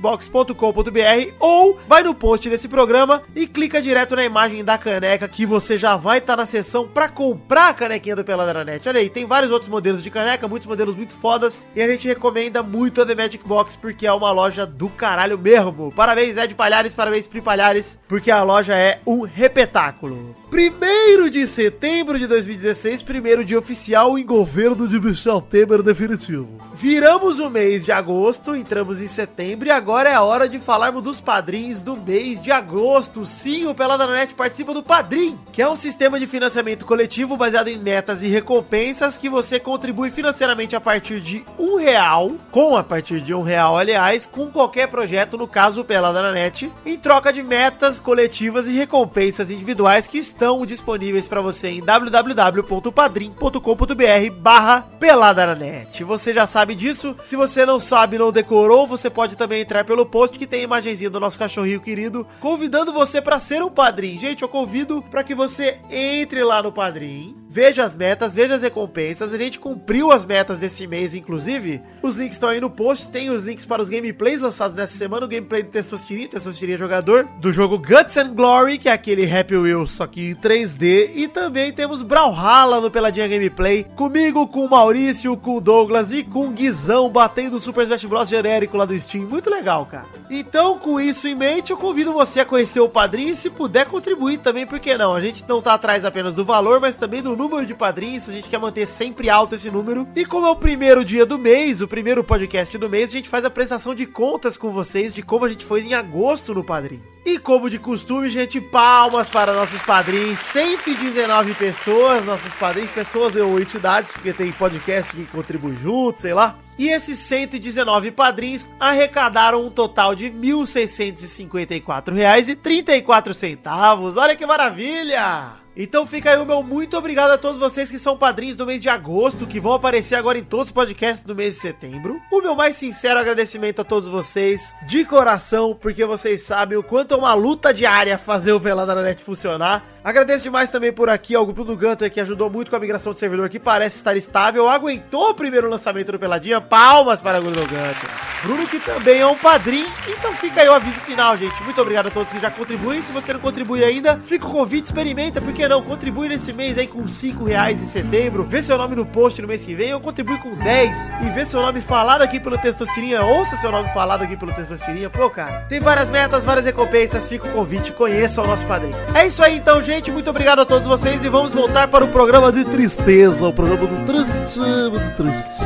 Speaker 2: www.themagicbox.com.br ou vai no post desse programa e clica direto na imagem da caneca que você já vai estar na seção pra comprar a canequinha do Pelada na Net. Olha aí, tem vários outros modelos de caneca, muitos modelos muito fodas e a gente recomenda muito a The Magic Box porque é uma loja do caralho mesmo. Parabéns Ed Palhares, parabéns Pri Palhares, porque a loja é um repetáculo. Primeiro de setembro de 2016, primeiro dia oficial em governo de Michel Temer definitivo. Viramos o mês de agosto, entramos em setembro e agora é a hora de falarmos dos padrinhos do mês de agosto. Sim, o Peladanet participa do Padrim, que é um sistema de financiamento coletivo baseado em metas e recompensas que você contribui financeiramente a partir de um real, com a partir de um real, aliás, com qualquer projeto, no caso o Pelada na Net, em troca de metas coletivas e recompensas individuais que estão disponíveis para você em www.padrim.com.br barra Pelada na Net. Você já sabe disso, se você não sabe, não decorou, você pode também entrar pelo post que tem a imagenzinha do nosso cachorrinho querido, convidando você para ser um padrinho. Gente, eu convido para que você entre lá no Padrim, veja as metas, veja as recompensas, a gente cumpriu as metas desse mês, inclusive, os links estão aí no post, tem os links para os gameplays lançados nessa semana, o gameplay do Testosteria, Testosteria Jogador, do jogo Guts and Glory, que é aquele Happy Wheels, só que em 3D, e também temos Brawlhalla no Peladinha Gameplay, comigo, com o Maurício, com o Douglas e com o Guizão, batendo o Super Smash Bros. genérico lá do Steam, muito legal, cara. Então, com isso em mente, eu convido você a conhecer o Padrinho e se puder contribuir também, por que não? A gente não tá atrás apenas do valor, mas também do número de padrinhos, a gente quer manter sempre alto esse número, e como é o primeiro dia do mês, o primeiro podcast do mês, a gente faz a prestação de contas com vocês de como a gente foi em agosto no Padrim. E como de costume, gente, palmas para nossos padrinhos, 119 pessoas, nossos padrinhos, pessoas eu oito idades, porque tem podcast que contribui junto, sei lá. E esses 119 padrinhos arrecadaram um total de R$ 1.654,34. Olha que maravilha! Então fica aí o meu muito obrigado a todos vocês que são padrinhos do mês de agosto, que vão aparecer agora em todos os podcasts do mês de setembro. O meu mais sincero agradecimento a todos vocês, de coração, porque vocês sabem o quanto é uma luta diária fazer o Pelada na Net funcionar. Agradeço demais também por aqui ao Bruno Gunter, que ajudou muito com a migração do servidor, que parece estar estável, aguentou o primeiro lançamento do Peladinha. Palmas para o Bruno Gunter. Bruno, que também é um padrinho, então fica aí o aviso final, gente. Muito obrigado a todos que já contribuem. Se você não contribui ainda, fica o convite, experimenta, porque que não? Contribui nesse mês aí com 5 reais em setembro, vê seu nome no post no mês que vem, ou contribui com 10 e vê seu nome falado aqui pelo Testosterinha, ouça seu nome falado aqui pelo Testosterinha, pô, cara. Tem várias metas, várias recompensas, fica o convite, conheça o nosso padrinho. É isso aí então, gente, muito obrigado a todos vocês e vamos voltar para o programa de tristeza, o programa do triste, do triste.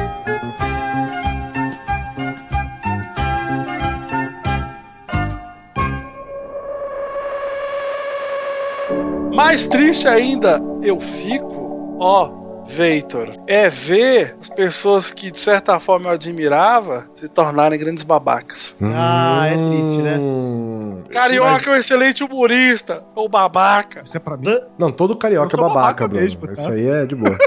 Speaker 3: Mais triste ainda, eu fico, ó, Veitor, é ver as pessoas que de certa forma eu admirava se tornarem grandes babacas.
Speaker 2: Ah, é triste, né?
Speaker 4: Hum.
Speaker 3: Carioca é um excelente humorista, ou babaca.
Speaker 5: Isso é pra mim.
Speaker 4: Não, todo carioca
Speaker 5: Eu
Speaker 4: é
Speaker 5: sou
Speaker 4: babaca,
Speaker 5: babaca
Speaker 4: Bruno.
Speaker 5: mesmo, tá?
Speaker 4: Isso aí é de boa.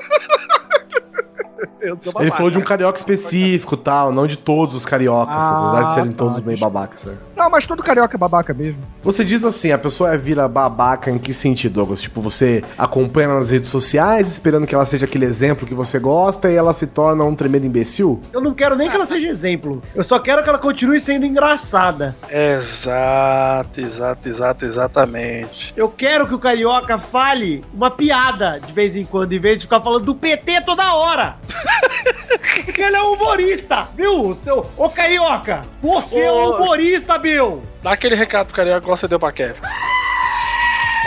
Speaker 3: Eu sou
Speaker 4: Ele
Speaker 3: babaca.
Speaker 4: falou de um carioca específico e tal, não de todos os cariocas,
Speaker 5: Ah,
Speaker 4: apesar de serem
Speaker 5: tá.
Speaker 4: todos meio babacas, né?
Speaker 5: Não, mas todo carioca é babaca mesmo.
Speaker 4: Você diz assim, a pessoa vira babaca em que sentido, Douglas? Tipo, você acompanha nas redes sociais, esperando que ela seja aquele exemplo que você gosta e ela se torna um tremendo imbecil?
Speaker 8: Eu não quero nem que ela seja exemplo. Eu só quero que ela continue sendo engraçada.
Speaker 3: Exato, exato, exato, exatamente.
Speaker 8: Eu quero que o carioca fale uma piada de vez em quando, em vez de ficar falando do PT toda hora. Porque ele é humorista, viu? O Seu, ô carioca, você é um
Speaker 3: Ô.
Speaker 8: humorista, Bill.
Speaker 3: Dá aquele recado pro carioca que você deu pra Kevin.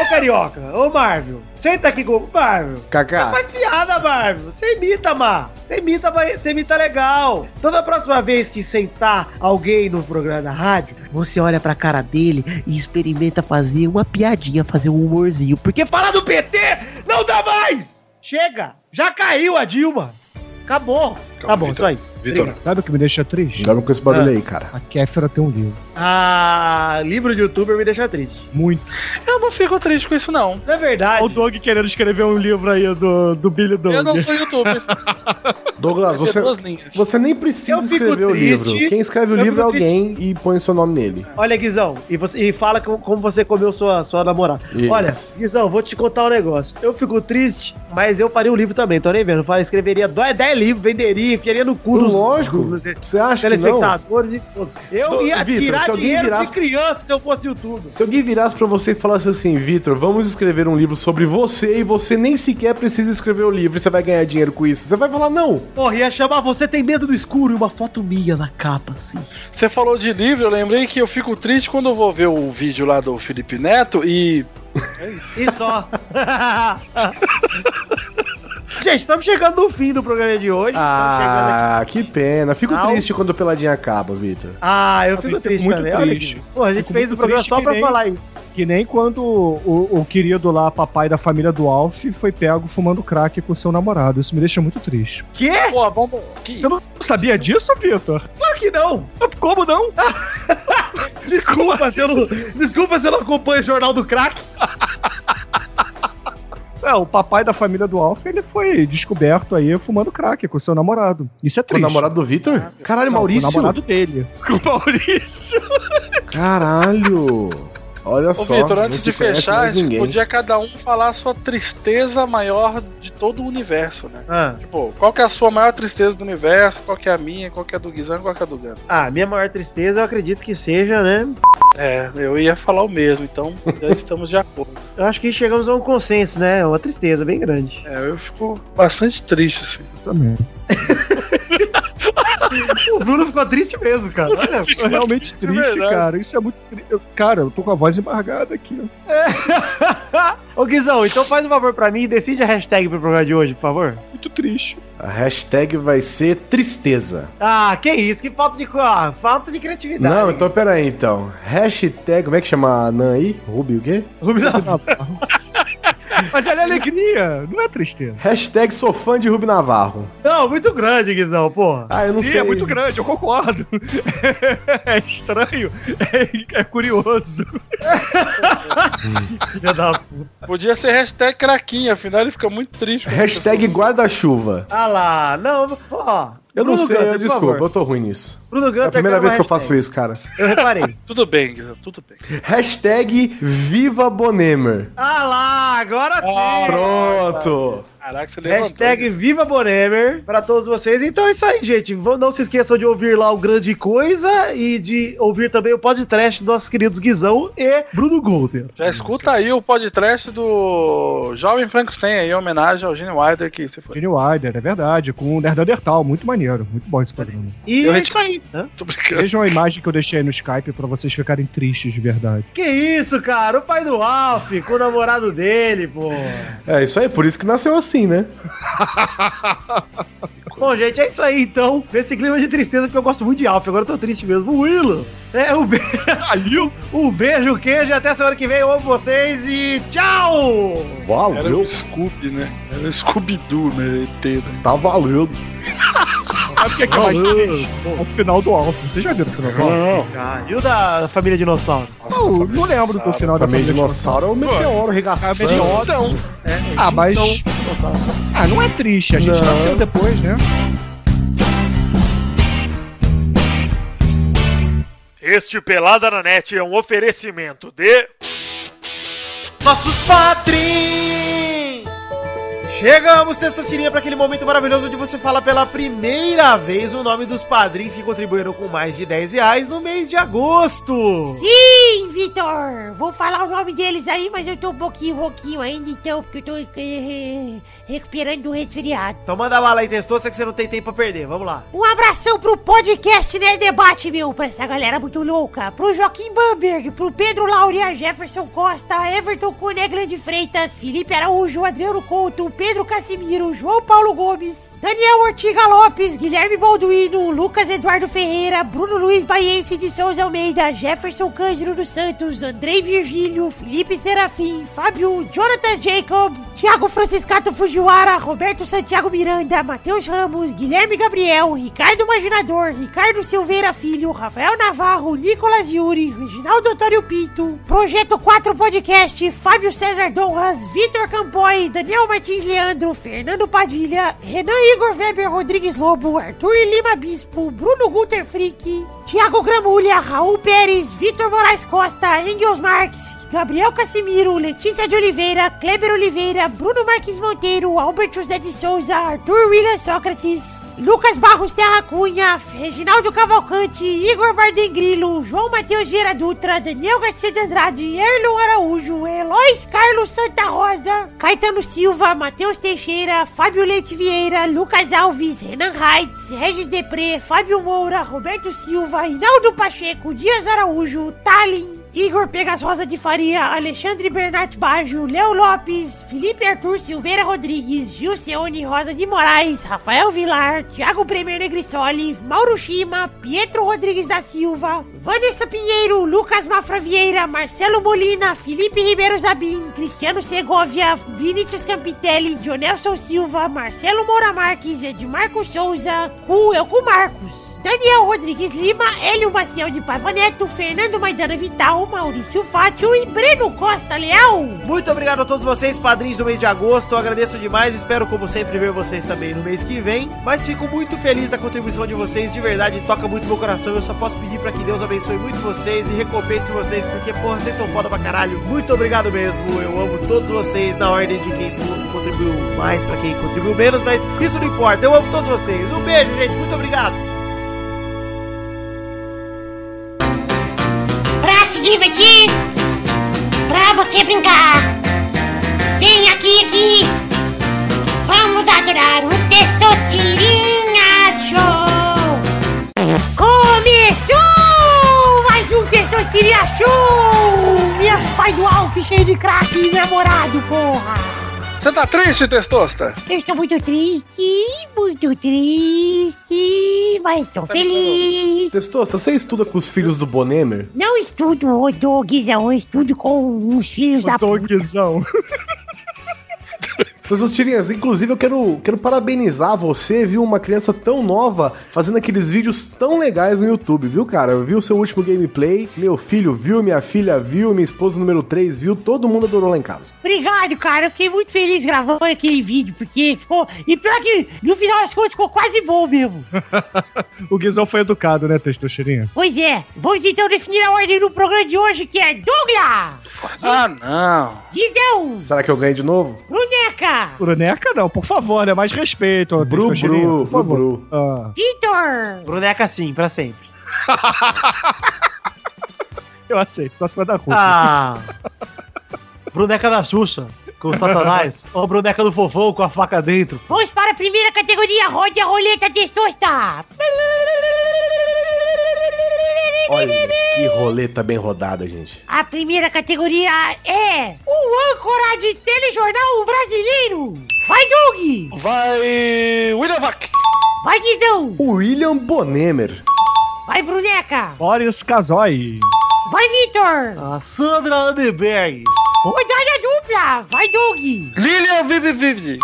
Speaker 8: Ô carioca, ô Marvel, senta aqui com o Marvel.
Speaker 4: Kaká,
Speaker 8: Faz piada, Marvel. Você imita, Mar. Você imita, vai- você imita legal. Toda próxima vez que sentar alguém no programa da rádio, você olha pra cara dele e experimenta fazer uma piadinha, fazer um humorzinho. Porque falar do PT não dá mais! Chega! Já caiu a Dilma. Acabou.
Speaker 2: Tá bom, só isso.
Speaker 3: Vitor,
Speaker 5: Sabe o que me deixa triste?
Speaker 4: Dorme com esse barulho
Speaker 2: É.
Speaker 4: aí, cara.
Speaker 5: A Kéfera tem um livro.
Speaker 2: Ah, livro de youtuber me deixa triste.
Speaker 5: Muito.
Speaker 3: eu não fico triste com isso, não.
Speaker 2: Na verdade.
Speaker 9: Olha o Doug querendo escrever um livro aí do, do Billy Doug.
Speaker 3: Eu não sou youtuber.
Speaker 4: Douglas,
Speaker 3: Vai ter
Speaker 4: você,
Speaker 3: duas linhas.
Speaker 4: você nem precisa
Speaker 2: Eu fico
Speaker 4: escrever o
Speaker 2: triste.
Speaker 4: livro. Quem escreve o
Speaker 2: Eu
Speaker 4: livro é
Speaker 2: fico
Speaker 4: alguém e põe o seu nome nele.
Speaker 2: Olha, Guizão, e, você, e fala com- como você comeu sua, sua namorada.
Speaker 4: Isso.
Speaker 2: Olha, Guizão, vou te contar um negócio. Eu fico triste, mas eu faria um livro também, tô nem vendo. Eu faria- escreveria 10 livros, venderia, enfiaria no cu um dos,
Speaker 4: Lógico.
Speaker 2: dos- dos
Speaker 4: Você acha que não?
Speaker 2: telespectadores e todos. Eu
Speaker 4: Do-
Speaker 2: ia
Speaker 4: Vitor, se
Speaker 2: tirar
Speaker 4: alguém
Speaker 2: dinheiro
Speaker 4: virasse-
Speaker 2: de criança se eu fosse youtuber.
Speaker 4: Se alguém virasse pra você e falasse assim, Vitor, vamos escrever um livro sobre você e você nem sequer precisa escrever o livro e você vai ganhar dinheiro com isso, você vai falar não.
Speaker 2: Porra, ia chamar você tem medo do escuro e uma foto minha na capa, assim.
Speaker 3: Você falou de livro, eu lembrei que eu fico triste quando eu vou ver o vídeo lá do Felipe Neto e.
Speaker 2: E só. Gente, estamos chegando no fim do programa de hoje. estamos chegando aqui.
Speaker 4: Ah, que pena. Fico
Speaker 2: Não.
Speaker 4: triste quando o Peladinha acaba, Vitor.
Speaker 2: Ah, eu fico
Speaker 5: Fico
Speaker 2: triste
Speaker 5: muito
Speaker 2: também. Olha,
Speaker 5: triste.
Speaker 2: Pô, a gente
Speaker 5: Fico
Speaker 2: fez o
Speaker 5: muito
Speaker 2: programa
Speaker 5: triste
Speaker 2: só
Speaker 5: que
Speaker 2: pra
Speaker 5: nem-
Speaker 2: falar isso.
Speaker 5: Que nem quando o, o querido lá, papai da família do Alf, foi pego fumando crack com seu namorado. Isso me deixa muito triste.
Speaker 2: Quê?
Speaker 3: Pô, vamos. Que...
Speaker 5: Você não sabia disso, Vitor?
Speaker 2: Claro que não!
Speaker 5: Como não?
Speaker 2: Desculpa, se eu não, desculpa se eu não acompanho o Jornal do Crack.
Speaker 5: É, o papai da família do Alf, ele foi descoberto aí fumando crack com seu namorado. Isso é
Speaker 4: Com o
Speaker 5: triste.
Speaker 4: namorado do Vitor? Caralho,
Speaker 5: Não, com
Speaker 4: Maurício.
Speaker 5: O namorado dele.
Speaker 9: Com o Maurício.
Speaker 4: Caralho. Olha
Speaker 3: Ô,
Speaker 4: só.
Speaker 3: Vitor,
Speaker 4: não
Speaker 3: antes
Speaker 4: se
Speaker 3: de
Speaker 4: conhece
Speaker 3: fechar,
Speaker 4: mais
Speaker 3: a gente
Speaker 4: ninguém.
Speaker 3: podia cada um falar a sua tristeza maior de todo o universo, né?
Speaker 2: Ah,
Speaker 3: Tipo, qual que é a sua maior tristeza do universo? Qual que é a minha? Qual que é a do Guizão? Qual que é a do Gano?
Speaker 2: ah, minha maior tristeza eu acredito que seja, né?
Speaker 3: É, eu ia falar o mesmo, então já estamos de acordo.
Speaker 2: Eu acho que chegamos a um consenso, né? É Uma tristeza bem grande.
Speaker 3: É, eu fico bastante triste, assim.
Speaker 5: Também.
Speaker 2: O Bruno ficou triste mesmo, cara.
Speaker 3: É,
Speaker 2: Olha,
Speaker 5: Tô É realmente triste,
Speaker 3: verdade.
Speaker 5: cara. Isso é muito triste. Cara, eu tô com a voz embargada aqui. né?
Speaker 2: Ô Guizão, então faz um favor pra mim e decide a hashtag pro programa de hoje, por favor.
Speaker 5: Muito triste.
Speaker 4: A hashtag vai ser tristeza.
Speaker 2: Ah, que isso, que falta de. co- Ah, falta de criatividade.
Speaker 4: Não, então pera aí então. Hashtag, como é que chama a Nan aí? Ruby o quê?
Speaker 2: Rubi da-
Speaker 5: Mas ela é alegria, não é tristeza.
Speaker 4: Hashtag sou fã de Ruby Navarro.
Speaker 2: Não, muito grande, Guizão, porra.
Speaker 4: Ah, eu não
Speaker 9: Sim,
Speaker 4: sei.
Speaker 9: é muito grande, eu concordo. É estranho, é, é curioso.
Speaker 2: Filha da puta.
Speaker 3: Podia ser hashtag craquinha, afinal ele fica muito triste. com
Speaker 4: Hashtag guarda-chuva.
Speaker 2: Ah lá, não, ó.
Speaker 4: Eu não
Speaker 2: Bruno
Speaker 4: sei,
Speaker 2: Gunter,
Speaker 4: eu,
Speaker 2: por
Speaker 4: desculpa,
Speaker 2: favor.
Speaker 4: eu tô ruim nisso.
Speaker 2: Bruno Gunter,
Speaker 4: É a primeira
Speaker 2: quero
Speaker 4: vez
Speaker 2: uma
Speaker 4: que eu
Speaker 2: hashtag.
Speaker 4: faço isso, cara.
Speaker 2: Eu reparei.
Speaker 3: isso. Tudo bem, Guizão, tudo bem.
Speaker 4: Hashtag Viva Bonemer.
Speaker 2: Ah lá, agora
Speaker 5: É.
Speaker 2: sim.
Speaker 4: Pronto.
Speaker 3: Caraca, você levantou. né?
Speaker 2: Hashtag Viva Boremer pra todos vocês. Então é isso aí, gente. Vão- Não se esqueçam de ouvir lá o Grande Coisa e de ouvir também o podcast dos nossos queridos Guizão e Bruno Golden.
Speaker 3: Já escuta aí o podcast do Jovem Frankenstein aí, em homenagem ao Gene Wilder que se foi.
Speaker 5: Gene Wilder, é verdade, com o Nerdandertal, muito maneiro, muito bom esse programa.
Speaker 2: E
Speaker 3: Eu
Speaker 2: é
Speaker 3: reti-
Speaker 2: isso aí. Hã?
Speaker 3: Tô brincando.
Speaker 5: Vejam a imagem que eu deixei aí no Skype pra vocês ficarem tristes de verdade.
Speaker 2: Que isso, cara? O pai do Alf com o namorado dele, pô.
Speaker 4: É isso aí, por isso que nasceu assim, né?
Speaker 2: Bom, gente, é isso aí então. Nesse clima de tristeza, porque eu gosto muito de Alf, agora eu tô triste mesmo. Willow, é um, be... um beijo, queijo e até semana que vem. Eu amo vocês e tchau!
Speaker 3: Era
Speaker 4: Valeu,
Speaker 3: o Scooby, né? Era o Scooby-Doo, né? ET, né?
Speaker 4: tá valendo.
Speaker 9: Sabe o que é, que é mais triste?
Speaker 5: É o final do Alf, vocês já viram o final do Alf?
Speaker 2: Ah, e o da família dinossauro?
Speaker 5: Não, não lembro do final da
Speaker 4: Também
Speaker 5: família
Speaker 4: dinossauro é o é meteoro regaçando.
Speaker 3: Então,
Speaker 5: Ah, mas. Ah, não é triste, a gente
Speaker 4: Não.
Speaker 5: nasceu depois, né?
Speaker 9: Este Pelada na Net é um oferecimento de...
Speaker 10: Nossos patrins! Chegamos, Testosterinha, para aquele momento maravilhoso onde você fala pela primeira vez o nome dos padrinhos que contribuíram com mais de 10 reais no mês de agosto.
Speaker 7: Sim, Vitor! Vou falar o nome deles aí, mas eu tô um pouquinho rouquinho ainda, então, porque eu tô eh, recuperando um resfriado.
Speaker 10: Então manda bala aí, Testosta, que você não tem tempo pra perder. Vamos lá.
Speaker 7: Um abração pro podcast Nerd Debate, meu, pra essa galera muito louca. Pro Joaquim Bamberg, pro Pedro Lauria, Jefferson Costa, Everton Coneglan de Freitas, Felipe Araújo, Adriano Couto, Pedro Casimiro, João Paulo Gomes, Daniel Ortiga Lopes, Guilherme Balduino, Lucas Eduardo Ferreira, Bruno Luiz Baiense de Souza Almeida, Jefferson Cândido dos Santos. Santos, Andrei Virgílio, Felipe Serafim, Fábio, Jonathan Jacob, Thiago Franciscato Fujiwara, Roberto Santiago Miranda, Matheus Ramos, Guilherme Gabriel, Ricardo Maginador, Ricardo Silveira Filho, Rafael Navarro, Nicolas Yuri, Reginaldo Otório Pinto, Projeto 4 Podcast, Fábio César Donras, Vitor Campoy, Daniel Martins Leandro, Fernando Padilha, Renan Igor Weber Rodrigues Lobo, Arthur Lima Bispo, Bruno Gunter Frick, Tiago Gramulha, Raul Pérez, Vitor Moraes Costa, Engels Marques, Gabriel Casimiro, Letícia de Oliveira, Kleber Oliveira, Bruno Marques Monteiro, Albert José de Souza, Arthur William Sócrates, Lucas Barros Terra Cunha, Reginaldo Cavalcante, Igor Bardem Grilo, João Matheus Vieira Dutra, Daniel Garcia de Andrade, Erlon Araújo, Elois Carlos Santa Rosa, Caetano Silva, Matheus Teixeira, Fábio Leite Vieira, Lucas Alves, Renan Reitz, Regis Depré, Fábio Moura, Roberto Silva, Hinaldo Pacheco, Dias Araújo, Tallin, Igor Pegas Rosa de Faria, Alexandre Bernat Baggio, Léo Lopes, Felipe Arthur Silveira Rodrigues, Gilceone Rosa de Moraes, Rafael Vilar, Thiago Bremer Negrissoli, Mauro Shima, Pietro Rodrigues da Silva, Vanessa Pinheiro, Lucas Mafra Vieira, Marcelo Molina, Felipe Ribeiro Zabim, Cristiano Segovia, Vinícius Campitelli, Jonelson Silva, Marcelo Moura Marques, Edmarco Souza, Cu, eu com Marcos. Daniel Rodrigues Lima, Hélio Maciel de Paiva Neto, Fernando Maidana Vital, Maurício Fátio e Breno Costa Leão.
Speaker 10: Muito obrigado a todos vocês, padrinhos do mês de agosto. Eu agradeço demais. Espero, como sempre, ver vocês também no mês que vem. Mas fico muito feliz da contribuição de vocês. De verdade, toca muito meu coração. Eu só posso pedir pra que Deus abençoe muito vocês e recompense vocês, porque, porra, vocês são foda pra caralho. Muito obrigado mesmo. Eu amo todos vocês, na ordem de quem contribuiu mais pra quem contribuiu menos. Mas isso não importa. Eu amo todos vocês. Um beijo, gente. Muito obrigado.
Speaker 7: Pra se divertir, pra você brincar. Vem aqui, aqui. Vamos adorar o Testosterinha Show. Começou mais um Testosterinha Show. Meus pai do Alf cheio de craque e namorado, porra.
Speaker 3: Você tá triste, Testosta?
Speaker 7: Eu estou muito triste, muito triste, mas estou feliz.
Speaker 4: Testosta, você estuda com os filhos do Bonemer?
Speaker 7: Não estudo, ô Doguizão, eu estudo com os filhos da puta.
Speaker 5: Doguizão.
Speaker 4: Então, seus tirinhas, inclusive eu quero, quero parabenizar você, viu? Uma criança tão nova fazendo aqueles vídeos tão legais no YouTube, viu, cara? Eu vi o seu último gameplay, meu filho viu, minha filha viu, minha esposa número 3 viu, todo mundo adorou lá em casa.
Speaker 7: Obrigado, cara. Eu fiquei muito feliz gravando aquele vídeo, porque ficou. E pior que no final das contas ficou quase bom mesmo.
Speaker 5: O Guizão foi educado, né, Testosterinha?
Speaker 7: Pois é, vamos então definir a ordem do programa de hoje, que é Douglas,
Speaker 3: Ah, não.
Speaker 7: Guizão,
Speaker 4: Será que eu ganho de novo?
Speaker 7: Bruneca,
Speaker 5: Bruneca não, por favor, né? Mais respeito. ô,
Speaker 4: Bru,
Speaker 5: Testosterinha,
Speaker 4: bru,
Speaker 5: por
Speaker 4: bru, bru.
Speaker 5: favor. Ah,
Speaker 7: Vitor,
Speaker 10: Bruneca sim, pra sempre.
Speaker 5: eu aceito, só se vai dar ruim.
Speaker 2: Ah! Bruneca da Xuxa, com o Satanás. Ou a Bruneca do Fofão com a faca dentro.
Speaker 7: vamos para a primeira categoria, rode a roleta testosta.
Speaker 4: Olha, que roleta bem rodada, gente.
Speaker 7: A primeira categoria é o âncora de telejornal brasileiro. Vai, Doug!
Speaker 3: Vai. William Vac.
Speaker 7: Vai, Guizão!
Speaker 4: William Bonemer.
Speaker 7: Vai, Bruneca!
Speaker 5: Boris Casoy.
Speaker 7: Vai, Vitor!
Speaker 2: A Sandra Anderberg.
Speaker 7: Rodada dupla! Vai, Doug!
Speaker 3: Lilian Vive Vive.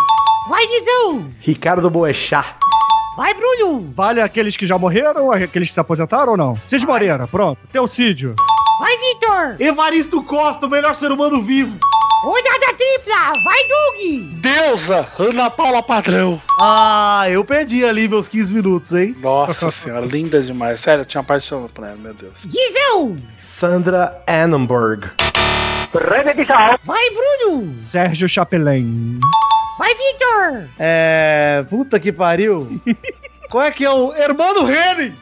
Speaker 7: Vai, Guizão!
Speaker 4: Ricardo Boechat.
Speaker 7: Vai, Bruno!
Speaker 5: Vale aqueles que já morreram, aqueles que se aposentaram ou não? Cid Moreira, pronto. Teucídio.
Speaker 7: Vai, Vitor!
Speaker 2: Evaristo Costa, o melhor ser humano vivo.
Speaker 7: Rodada tripla! Vai, Doug!
Speaker 3: Deusa. Ana Paula Padrão.
Speaker 2: Ah, eu perdi ali meus 15 minutos, hein?
Speaker 3: Nossa senhora, linda demais. Sério, eu tinha paixão por ela, meu Deus.
Speaker 7: Guizão!
Speaker 4: Sandra Annenberg.
Speaker 7: Vai, Bruno!
Speaker 5: Sérgio Chapelain.
Speaker 7: Vai, Vitor!
Speaker 2: É. Puta que pariu. Qual é que é o. Hermano Rene!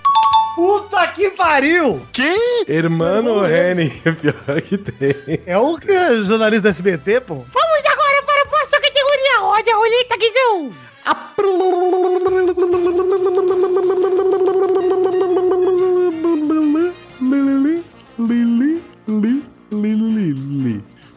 Speaker 2: Puta que pariu!
Speaker 3: Que?
Speaker 4: Hermano Rene. Pior que tem.
Speaker 2: É o que é jornalista da SBT, pô?
Speaker 7: Vamos agora para a próxima categoria! Roda a roleta, Guizão!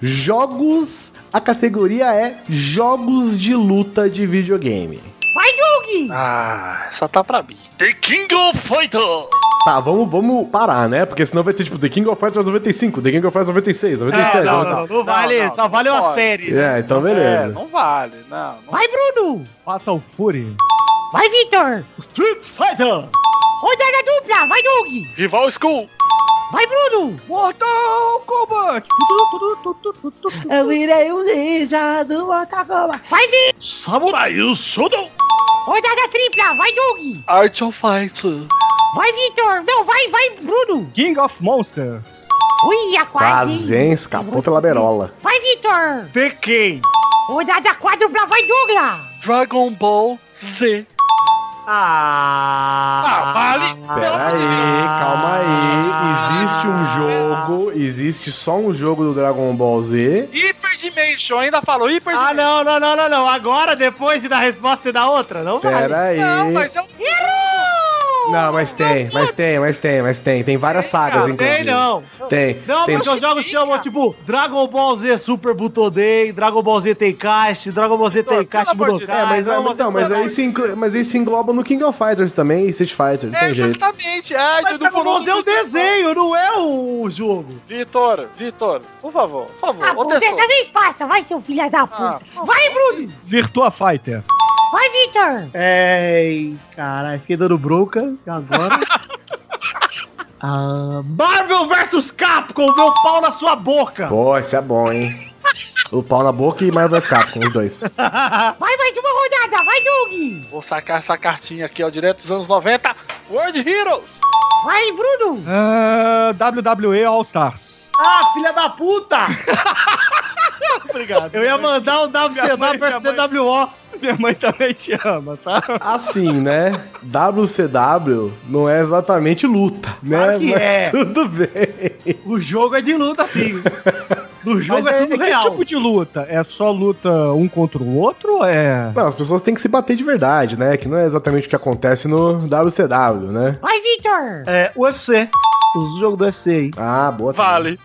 Speaker 4: Jogos. A categoria é Jogos de Luta de Videogame.
Speaker 7: Vai, Doug!
Speaker 3: Então, Ah, só tá pra mim. The King of Fighters.
Speaker 4: Tá, vamos, vamos parar, né? Porque senão vai ter, tipo, The King of Fighters 95, The King of Fighters 96, 97.
Speaker 3: É, não,
Speaker 4: 90...
Speaker 3: não, não
Speaker 2: vale,
Speaker 3: não,
Speaker 2: só
Speaker 3: não
Speaker 2: vale uma
Speaker 3: pode.
Speaker 2: série.
Speaker 4: É, então
Speaker 3: É,
Speaker 4: beleza.
Speaker 3: não vale, não. não-
Speaker 7: Vai, Bruno!
Speaker 9: Fatal Fury.
Speaker 7: Vai, Victor!
Speaker 2: Street Fighter!
Speaker 7: Rodada dupla! Vai, Doug!
Speaker 3: Rival School.
Speaker 7: Vai, Bruno!
Speaker 9: Mortal Kombat!
Speaker 2: Eu virei um ninja do Mortal Kombat.
Speaker 7: Vai, Vi!
Speaker 3: Samurai Shodown.
Speaker 7: Rodada tripla! Vai, Doug!
Speaker 3: Art of Fight.
Speaker 7: Vai, Victor! Não, vai, vai, Bruno!
Speaker 9: King of Monsters.
Speaker 7: Uia, quase!
Speaker 4: Quase, hein? Escapou pela berola.
Speaker 7: Vai, Victor!
Speaker 9: Tekken.
Speaker 7: Rodada quádrupla! Vai, Douglas!
Speaker 3: Dragon Ball Z. Ah,
Speaker 2: Ah,
Speaker 3: vale.
Speaker 4: Pera aí, calma aí. Existe um jogo, existe só um jogo do Dragon Ball Z.
Speaker 3: Hyper Dimension. Ainda falou Hyper
Speaker 2: ah, não, não, não, não, não. Agora, depois de dar resposta, você dá outra? Não vale.
Speaker 4: Pera aí.
Speaker 3: Não, mas é um
Speaker 4: Não, mas tem, mas tem, mas tem, mas tem. Tem várias sagas,
Speaker 2: Não tem,
Speaker 4: inclusive.
Speaker 2: não.
Speaker 4: Tem.
Speaker 2: Não,
Speaker 4: tem.
Speaker 2: mas os jogos chamam, tipo, Dragon Ball Z Super Butoden, Dragon Ball Z Tenkaichi, Dragon Ball Z Tenkaichi
Speaker 3: pelo amor de
Speaker 2: Budokai.
Speaker 4: É, mas,
Speaker 2: Dragon
Speaker 4: é,
Speaker 2: Ball Z
Speaker 4: então, mas, aí se inclu... mas aí se engloba no King of Fighters também e Street Fighter, não
Speaker 3: É,
Speaker 4: tem jeito.
Speaker 3: exatamente. Ah, então Ai,
Speaker 2: Mas
Speaker 3: Dudu
Speaker 2: Dragon
Speaker 3: falou
Speaker 2: Ball Z é um
Speaker 3: muito.
Speaker 2: desenho, não é o jogo.
Speaker 3: Vitor, Vitor, por favor, por favor.
Speaker 7: Tá
Speaker 3: Ô, Ah.
Speaker 7: bom,
Speaker 3: Testor,
Speaker 7: dessa vez passa! Vai, seu filho da puta! Vai, Bruno!
Speaker 9: Virtua Fighter.
Speaker 7: Vai, Victor!
Speaker 2: É, caralho, fiquei dando bronca e agora. Ah, Marvel vs Capcom, meu pau na sua boca!
Speaker 4: Pô, esse é bom, hein? O pau na boca e Marvel vs Capcom, os dois.
Speaker 3: Tá.
Speaker 7: Vai, mais uma rodada! Vai, Doug!
Speaker 3: Vou sacar essa cartinha aqui, ó, direto dos anos 90. World Heroes.
Speaker 7: Vai, Bruno!
Speaker 9: Ah, WWE All Stars.
Speaker 2: ah, filha da puta!
Speaker 3: Obrigado.
Speaker 2: Eu ia mandar um
Speaker 9: Minha mãe,
Speaker 2: WCW pra
Speaker 9: minha mãe.
Speaker 2: CWO.
Speaker 9: Minha mãe também te ama, tá?
Speaker 4: Assim, né? WCW não é exatamente luta, né?
Speaker 2: Claro que
Speaker 4: mas
Speaker 2: é.
Speaker 4: tudo bem.
Speaker 2: O jogo é de luta, sim. No jogo
Speaker 9: Mas
Speaker 2: é
Speaker 9: é,
Speaker 2: tudo
Speaker 9: que
Speaker 2: real.
Speaker 9: tipo de luta? É só luta um contra o outro ou é...
Speaker 4: Não, as pessoas têm que se bater de verdade, né? Que não é exatamente o que acontece no WCW, né?
Speaker 7: Vai, Victor!
Speaker 2: É, UFC. Os jogos do UFC aí.
Speaker 4: Ah, boa.
Speaker 3: Vale,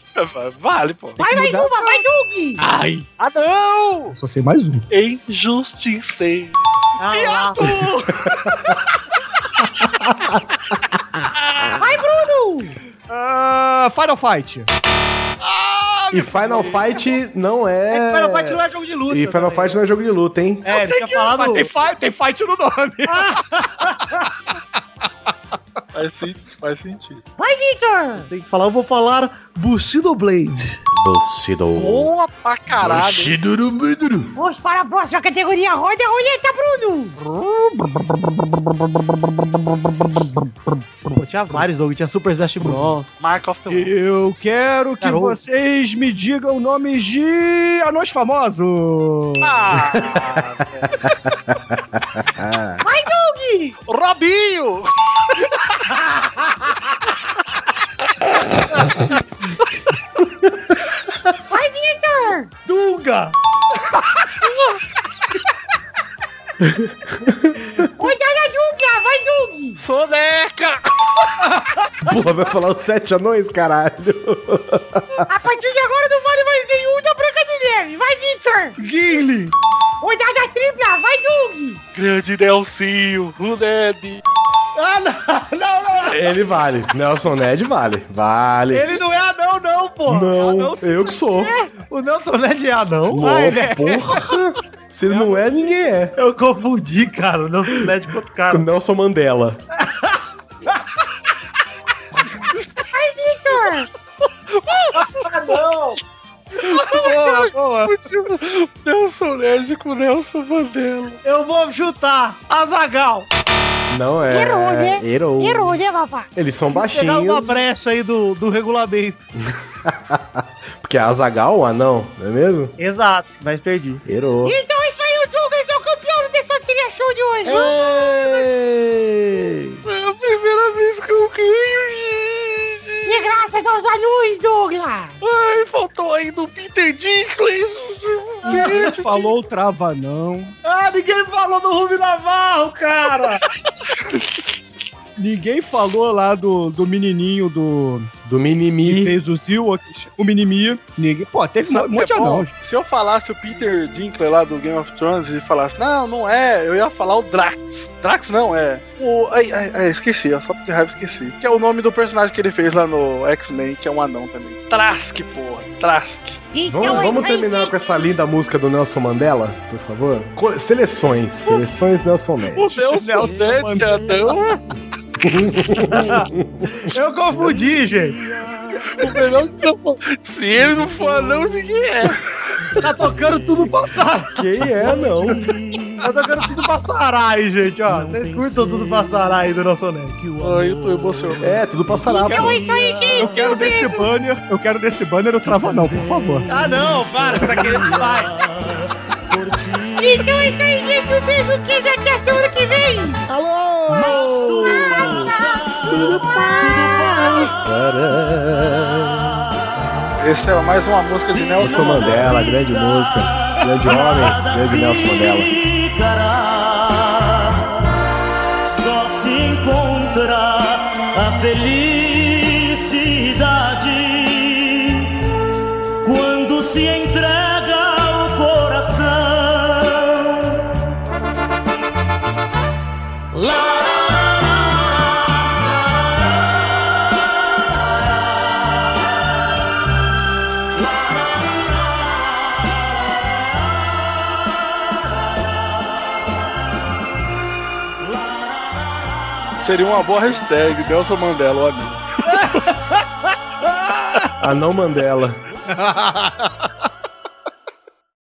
Speaker 3: vale, pô.
Speaker 7: Vai mais uma, vai, Doug!
Speaker 9: Ai!
Speaker 3: Ah, não!
Speaker 9: Eu só sei mais um.
Speaker 3: Injustiça.
Speaker 2: Ah, lá.
Speaker 7: Vai, Bruno!
Speaker 9: Ah, Final Fight.
Speaker 4: E Final Fight não é.
Speaker 2: É que Final Fight não é jogo de luta.
Speaker 4: E Final Fight não é jogo de luta, hein?
Speaker 2: É, eu tinha falado.
Speaker 9: fight, tem fight no nome.
Speaker 3: Faz, sen- faz sentido.
Speaker 7: Vai, Victor!
Speaker 2: Tem que falar, eu vou falar Bushido Blade.
Speaker 4: Bushido.
Speaker 3: Boa pra caralho. hein?
Speaker 7: Vamos para a próxima categoria. Roda a roleta, Bruno!
Speaker 2: Pô, tinha vários jogos, tinha Super Smash Bros.
Speaker 3: Mark of the Wolf.
Speaker 9: Eu quero que
Speaker 2: Garoto.
Speaker 9: vocês me digam nomes de anões famosos.
Speaker 3: Ah,
Speaker 7: Doug!
Speaker 3: Robinho!
Speaker 7: Vai, Victor!
Speaker 2: Dunga!
Speaker 7: Rodada dupla, vai, Doug!
Speaker 3: Soneca!
Speaker 4: Porra, vai falar os sete anões, caralho.
Speaker 7: A partir de agora não vale mais nenhum da Branca de Neve. Vai, Victor!
Speaker 9: Gimli.
Speaker 7: Rodada tripla, vai, Doug!
Speaker 3: Grande Nelsinho, o Ned.
Speaker 2: Ah, não, não, não!
Speaker 4: Ele vale. Nelson Ned vale. Vale.
Speaker 2: Ele não é anão, não, pô! É um
Speaker 4: Não,
Speaker 2: Anão-
Speaker 4: eu que sou.
Speaker 2: o Nelson Ned é anão?
Speaker 4: Não,
Speaker 2: Ah, ele é-
Speaker 4: porra. Se ele não é, ninguém é.
Speaker 2: Eu confundi, cara, o Nelson é Ned com outro
Speaker 4: O
Speaker 2: cara.
Speaker 4: Nelson Mandela.
Speaker 7: Vai, Victor!
Speaker 2: Não! Boa, boa.
Speaker 3: Nelson Ned com Nelson Mandela.
Speaker 2: Eu vou chutar Azagal.
Speaker 4: Não
Speaker 7: Errou, né?
Speaker 4: é. Errou.
Speaker 7: Errou, né, papá?
Speaker 4: Eles são
Speaker 2: Pegar uma
Speaker 4: baixinhos.
Speaker 2: brecha aí do, do regulamento.
Speaker 4: Porque a Azagal, o anão, não é mesmo?
Speaker 2: Exato, mas perdi.
Speaker 4: Errou.
Speaker 7: Então é isso aí, o Douglas é o campeão do The Social Show de hoje.
Speaker 4: É. Ei!
Speaker 3: É a primeira vez que eu ganho, gente.
Speaker 7: E graças aos anões, Douglas!
Speaker 3: Ai, faltou ainda o Peter Dinklage.
Speaker 9: Falou trava não.
Speaker 2: Ah, ninguém falou do Rubio Navarro, cara!
Speaker 9: Ninguém falou lá do, do menininho do
Speaker 4: Do
Speaker 5: E
Speaker 4: Minimi.
Speaker 5: fez o Zilwak, o Minimi. Ninguém... Pô, teve um
Speaker 3: Sabe o que
Speaker 5: monte de
Speaker 3: é bom?
Speaker 5: anão.
Speaker 3: Se eu falasse o Peter Dinklage lá do Game of Thrones e falasse, não, não é, eu ia falar o Drax. Drax não, é. O, ai, ai, ai, esqueci, ó, só de raiva esqueci. Que é o nome do personagem que ele fez lá no X-Men, que é um anão também. Trask, porra. Trask.
Speaker 7: Então, é
Speaker 4: Vamos, vamos terminar com essa linda música do Nelson Mandela, por favor? Co- Seleções. Seleções Nelson Ned.
Speaker 3: O Deus é o Zed, de anão.
Speaker 2: Eu confundi, gente.
Speaker 3: O melhor que eu falo. Se ele não for anão, ninguém é.
Speaker 2: Tá tocando tudo passar.
Speaker 4: Quem é, não?
Speaker 2: Tá tocando tudo passarai, gente, ó. Vocês curtam tudo passarai do nosso Neto.
Speaker 3: Ai, eu tô emocionado.
Speaker 4: É, tudo passará, pô.
Speaker 7: Então é isso aí, gente.
Speaker 5: Eu quero desse banner, eu quero desse banner o Travanão, por favor.
Speaker 2: Ah, não, para, você tá querendo demais.
Speaker 7: Então é isso aí, gente. Um beijo, queijo. Até a semana que vem. Ah, tá.
Speaker 3: Esse é mais uma música de Nelson
Speaker 4: Nelson Mandela, grande música. Grande homem, grande Nelson Mandela.
Speaker 11: Só se encontra a felicidade quando se entrega o coração.
Speaker 3: Seria uma boa hashtag, Nelson Mandela, o amigo.
Speaker 4: Anão Mandela.